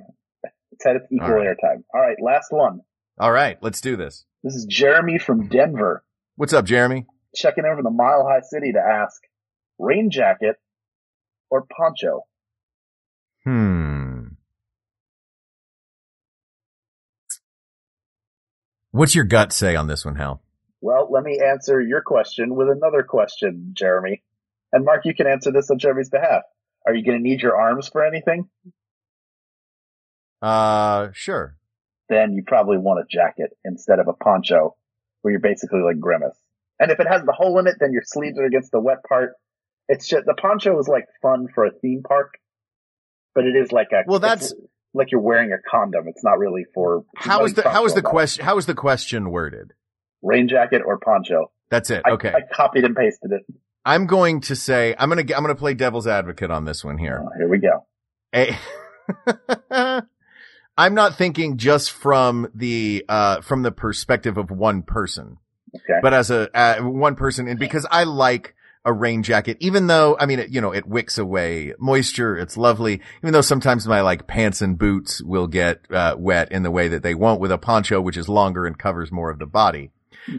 It's had its equal
All right.
airtime. All right, last one.
All right, let's do this.
This is Jeremy
Hmm.
from Denver
What's up, Jeremy?
checking in from the Mile High City to ask: rain jacket or poncho?
Hmm. What's your gut say on this one, Hal?
Well, let me answer your question with another question, Jeremy. And Mark, you can answer this on Jeremy's behalf. Are you going to need your arms for anything?
Uh, sure.
Then you probably want a jacket instead of a poncho where you're basically like grimace. And if it has the hole in it, then your sleeves are against the wet part. It's just, the poncho is like fun for a theme park, but it is like a,
Well,
it's like you're wearing a condom. It's not really for
How is the how is the
question?
question how is the question worded?
rain jacket or poncho?
That's it.
I,
Okay.
I copied and pasted it.
I'm going to say I'm gonna I'm gonna play devil's advocate on this one here.
Oh, here we go.
Eh, I'm not thinking just from the uh from the perspective of one person,
Okay.
but as a uh, one person, and because I like a rain jacket, even though I mean, it, you know, it wicks away moisture. It's lovely, even though sometimes my like pants and boots will get uh, wet in the way that they won't with a poncho, which is longer and covers more of the body.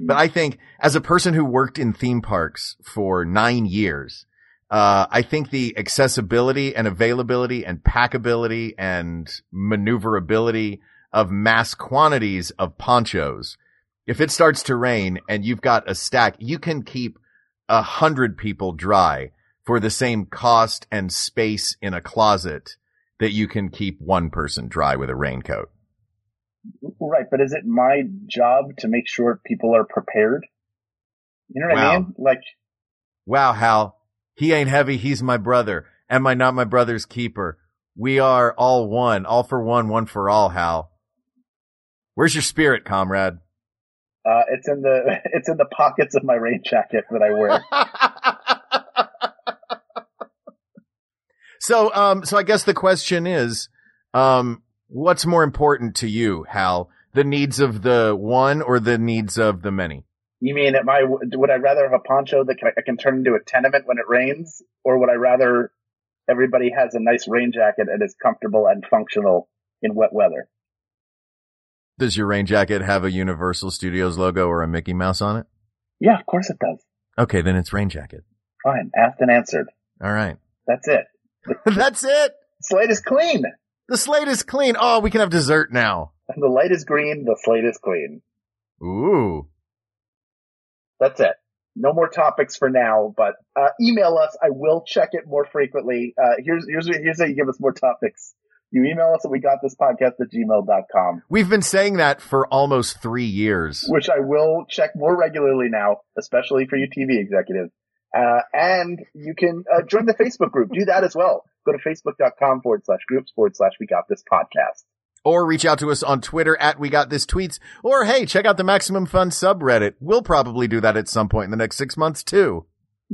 But I think as a person who worked in theme parks for nine years, uh, I think the accessibility and availability and packability and maneuverability of mass quantities of ponchos. If it starts to rain and you've got a stack, you can keep a hundred people dry for the same cost and space in a closet that you can keep one person dry with a raincoat.
Right, but is it my job to make sure people are prepared? You know what I
Wow.
mean? Like,
Wow, Hal, he ain't heavy. He's my brother. Am I not my brother's keeper? We are all one, all for one, one for all, Hal. Where's your spirit, comrade?
uh, it's in the it's in the pockets of my rain jacket that I wear.
so, um, so I guess the question is, um, what's more important to you, Hal? The needs of the one or the needs of the many?
You mean at my would I rather have a poncho that can, I can turn into a tenement when it rains, or would I rather everybody has a nice rain jacket and is comfortable and functional in wet weather?
Does your rain jacket have a Universal Studios logo or a Mickey Mouse on it?
Yeah, of course it does.
Okay, then it's rain jacket.
Fine, asked and answered.
All right.
That's it.
That's it.
Slate is clean.
The slate is clean. Oh, we can have dessert now.
The light is green. The slate is clean.
Ooh.
That's it. No more topics for now, but uh, email us. I will check it more frequently. Uh, here's here's here's how you give us more topics. You email us at we got this podcast at gmail.com,
We've been saying that for almost three years.
which I will check more regularly now, especially for you TV executives. Uh, and you can uh, join the Facebook group. Do that as well. Go to facebook.com forward slash groups forward slash we got this podcast.
Or reach out to us on Twitter at We Got This Tweets. Or hey, check out the Maximum Fun subreddit. We'll probably do that at some point in the next six months too.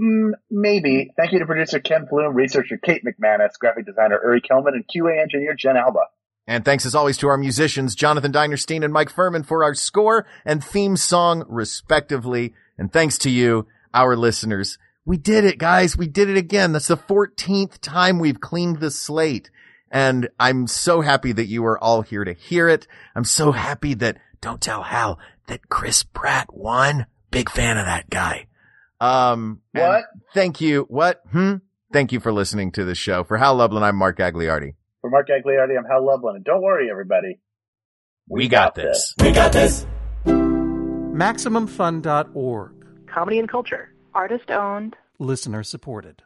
Mm, maybe. Thank you to producer Ken Bloom, researcher Kate McManus, graphic designer Uri Kelman, and QA engineer Jen Alba.
And thanks as always to our musicians, Jonathan Dinerstein and Mike Furman for our score and theme song respectively. And thanks to you, our listeners. We did it, guys. We did it again. That's the 14th time we've cleaned the slate. And I'm so happy that you are all here to hear it. I'm so happy that don't tell Hal that Chris Pratt won. Big fan of that guy. Um, and
What?
Thank you. What? Hmm. Thank you for listening to this show. For Hal Lublin, I'm Mark Agliardi.
For Mark Gagliardi, I'm Hal Loveland. And don't worry, everybody.
We got this.
We got this.
MaximumFun.org.
Comedy and culture.
Artist owned.
Listener supported.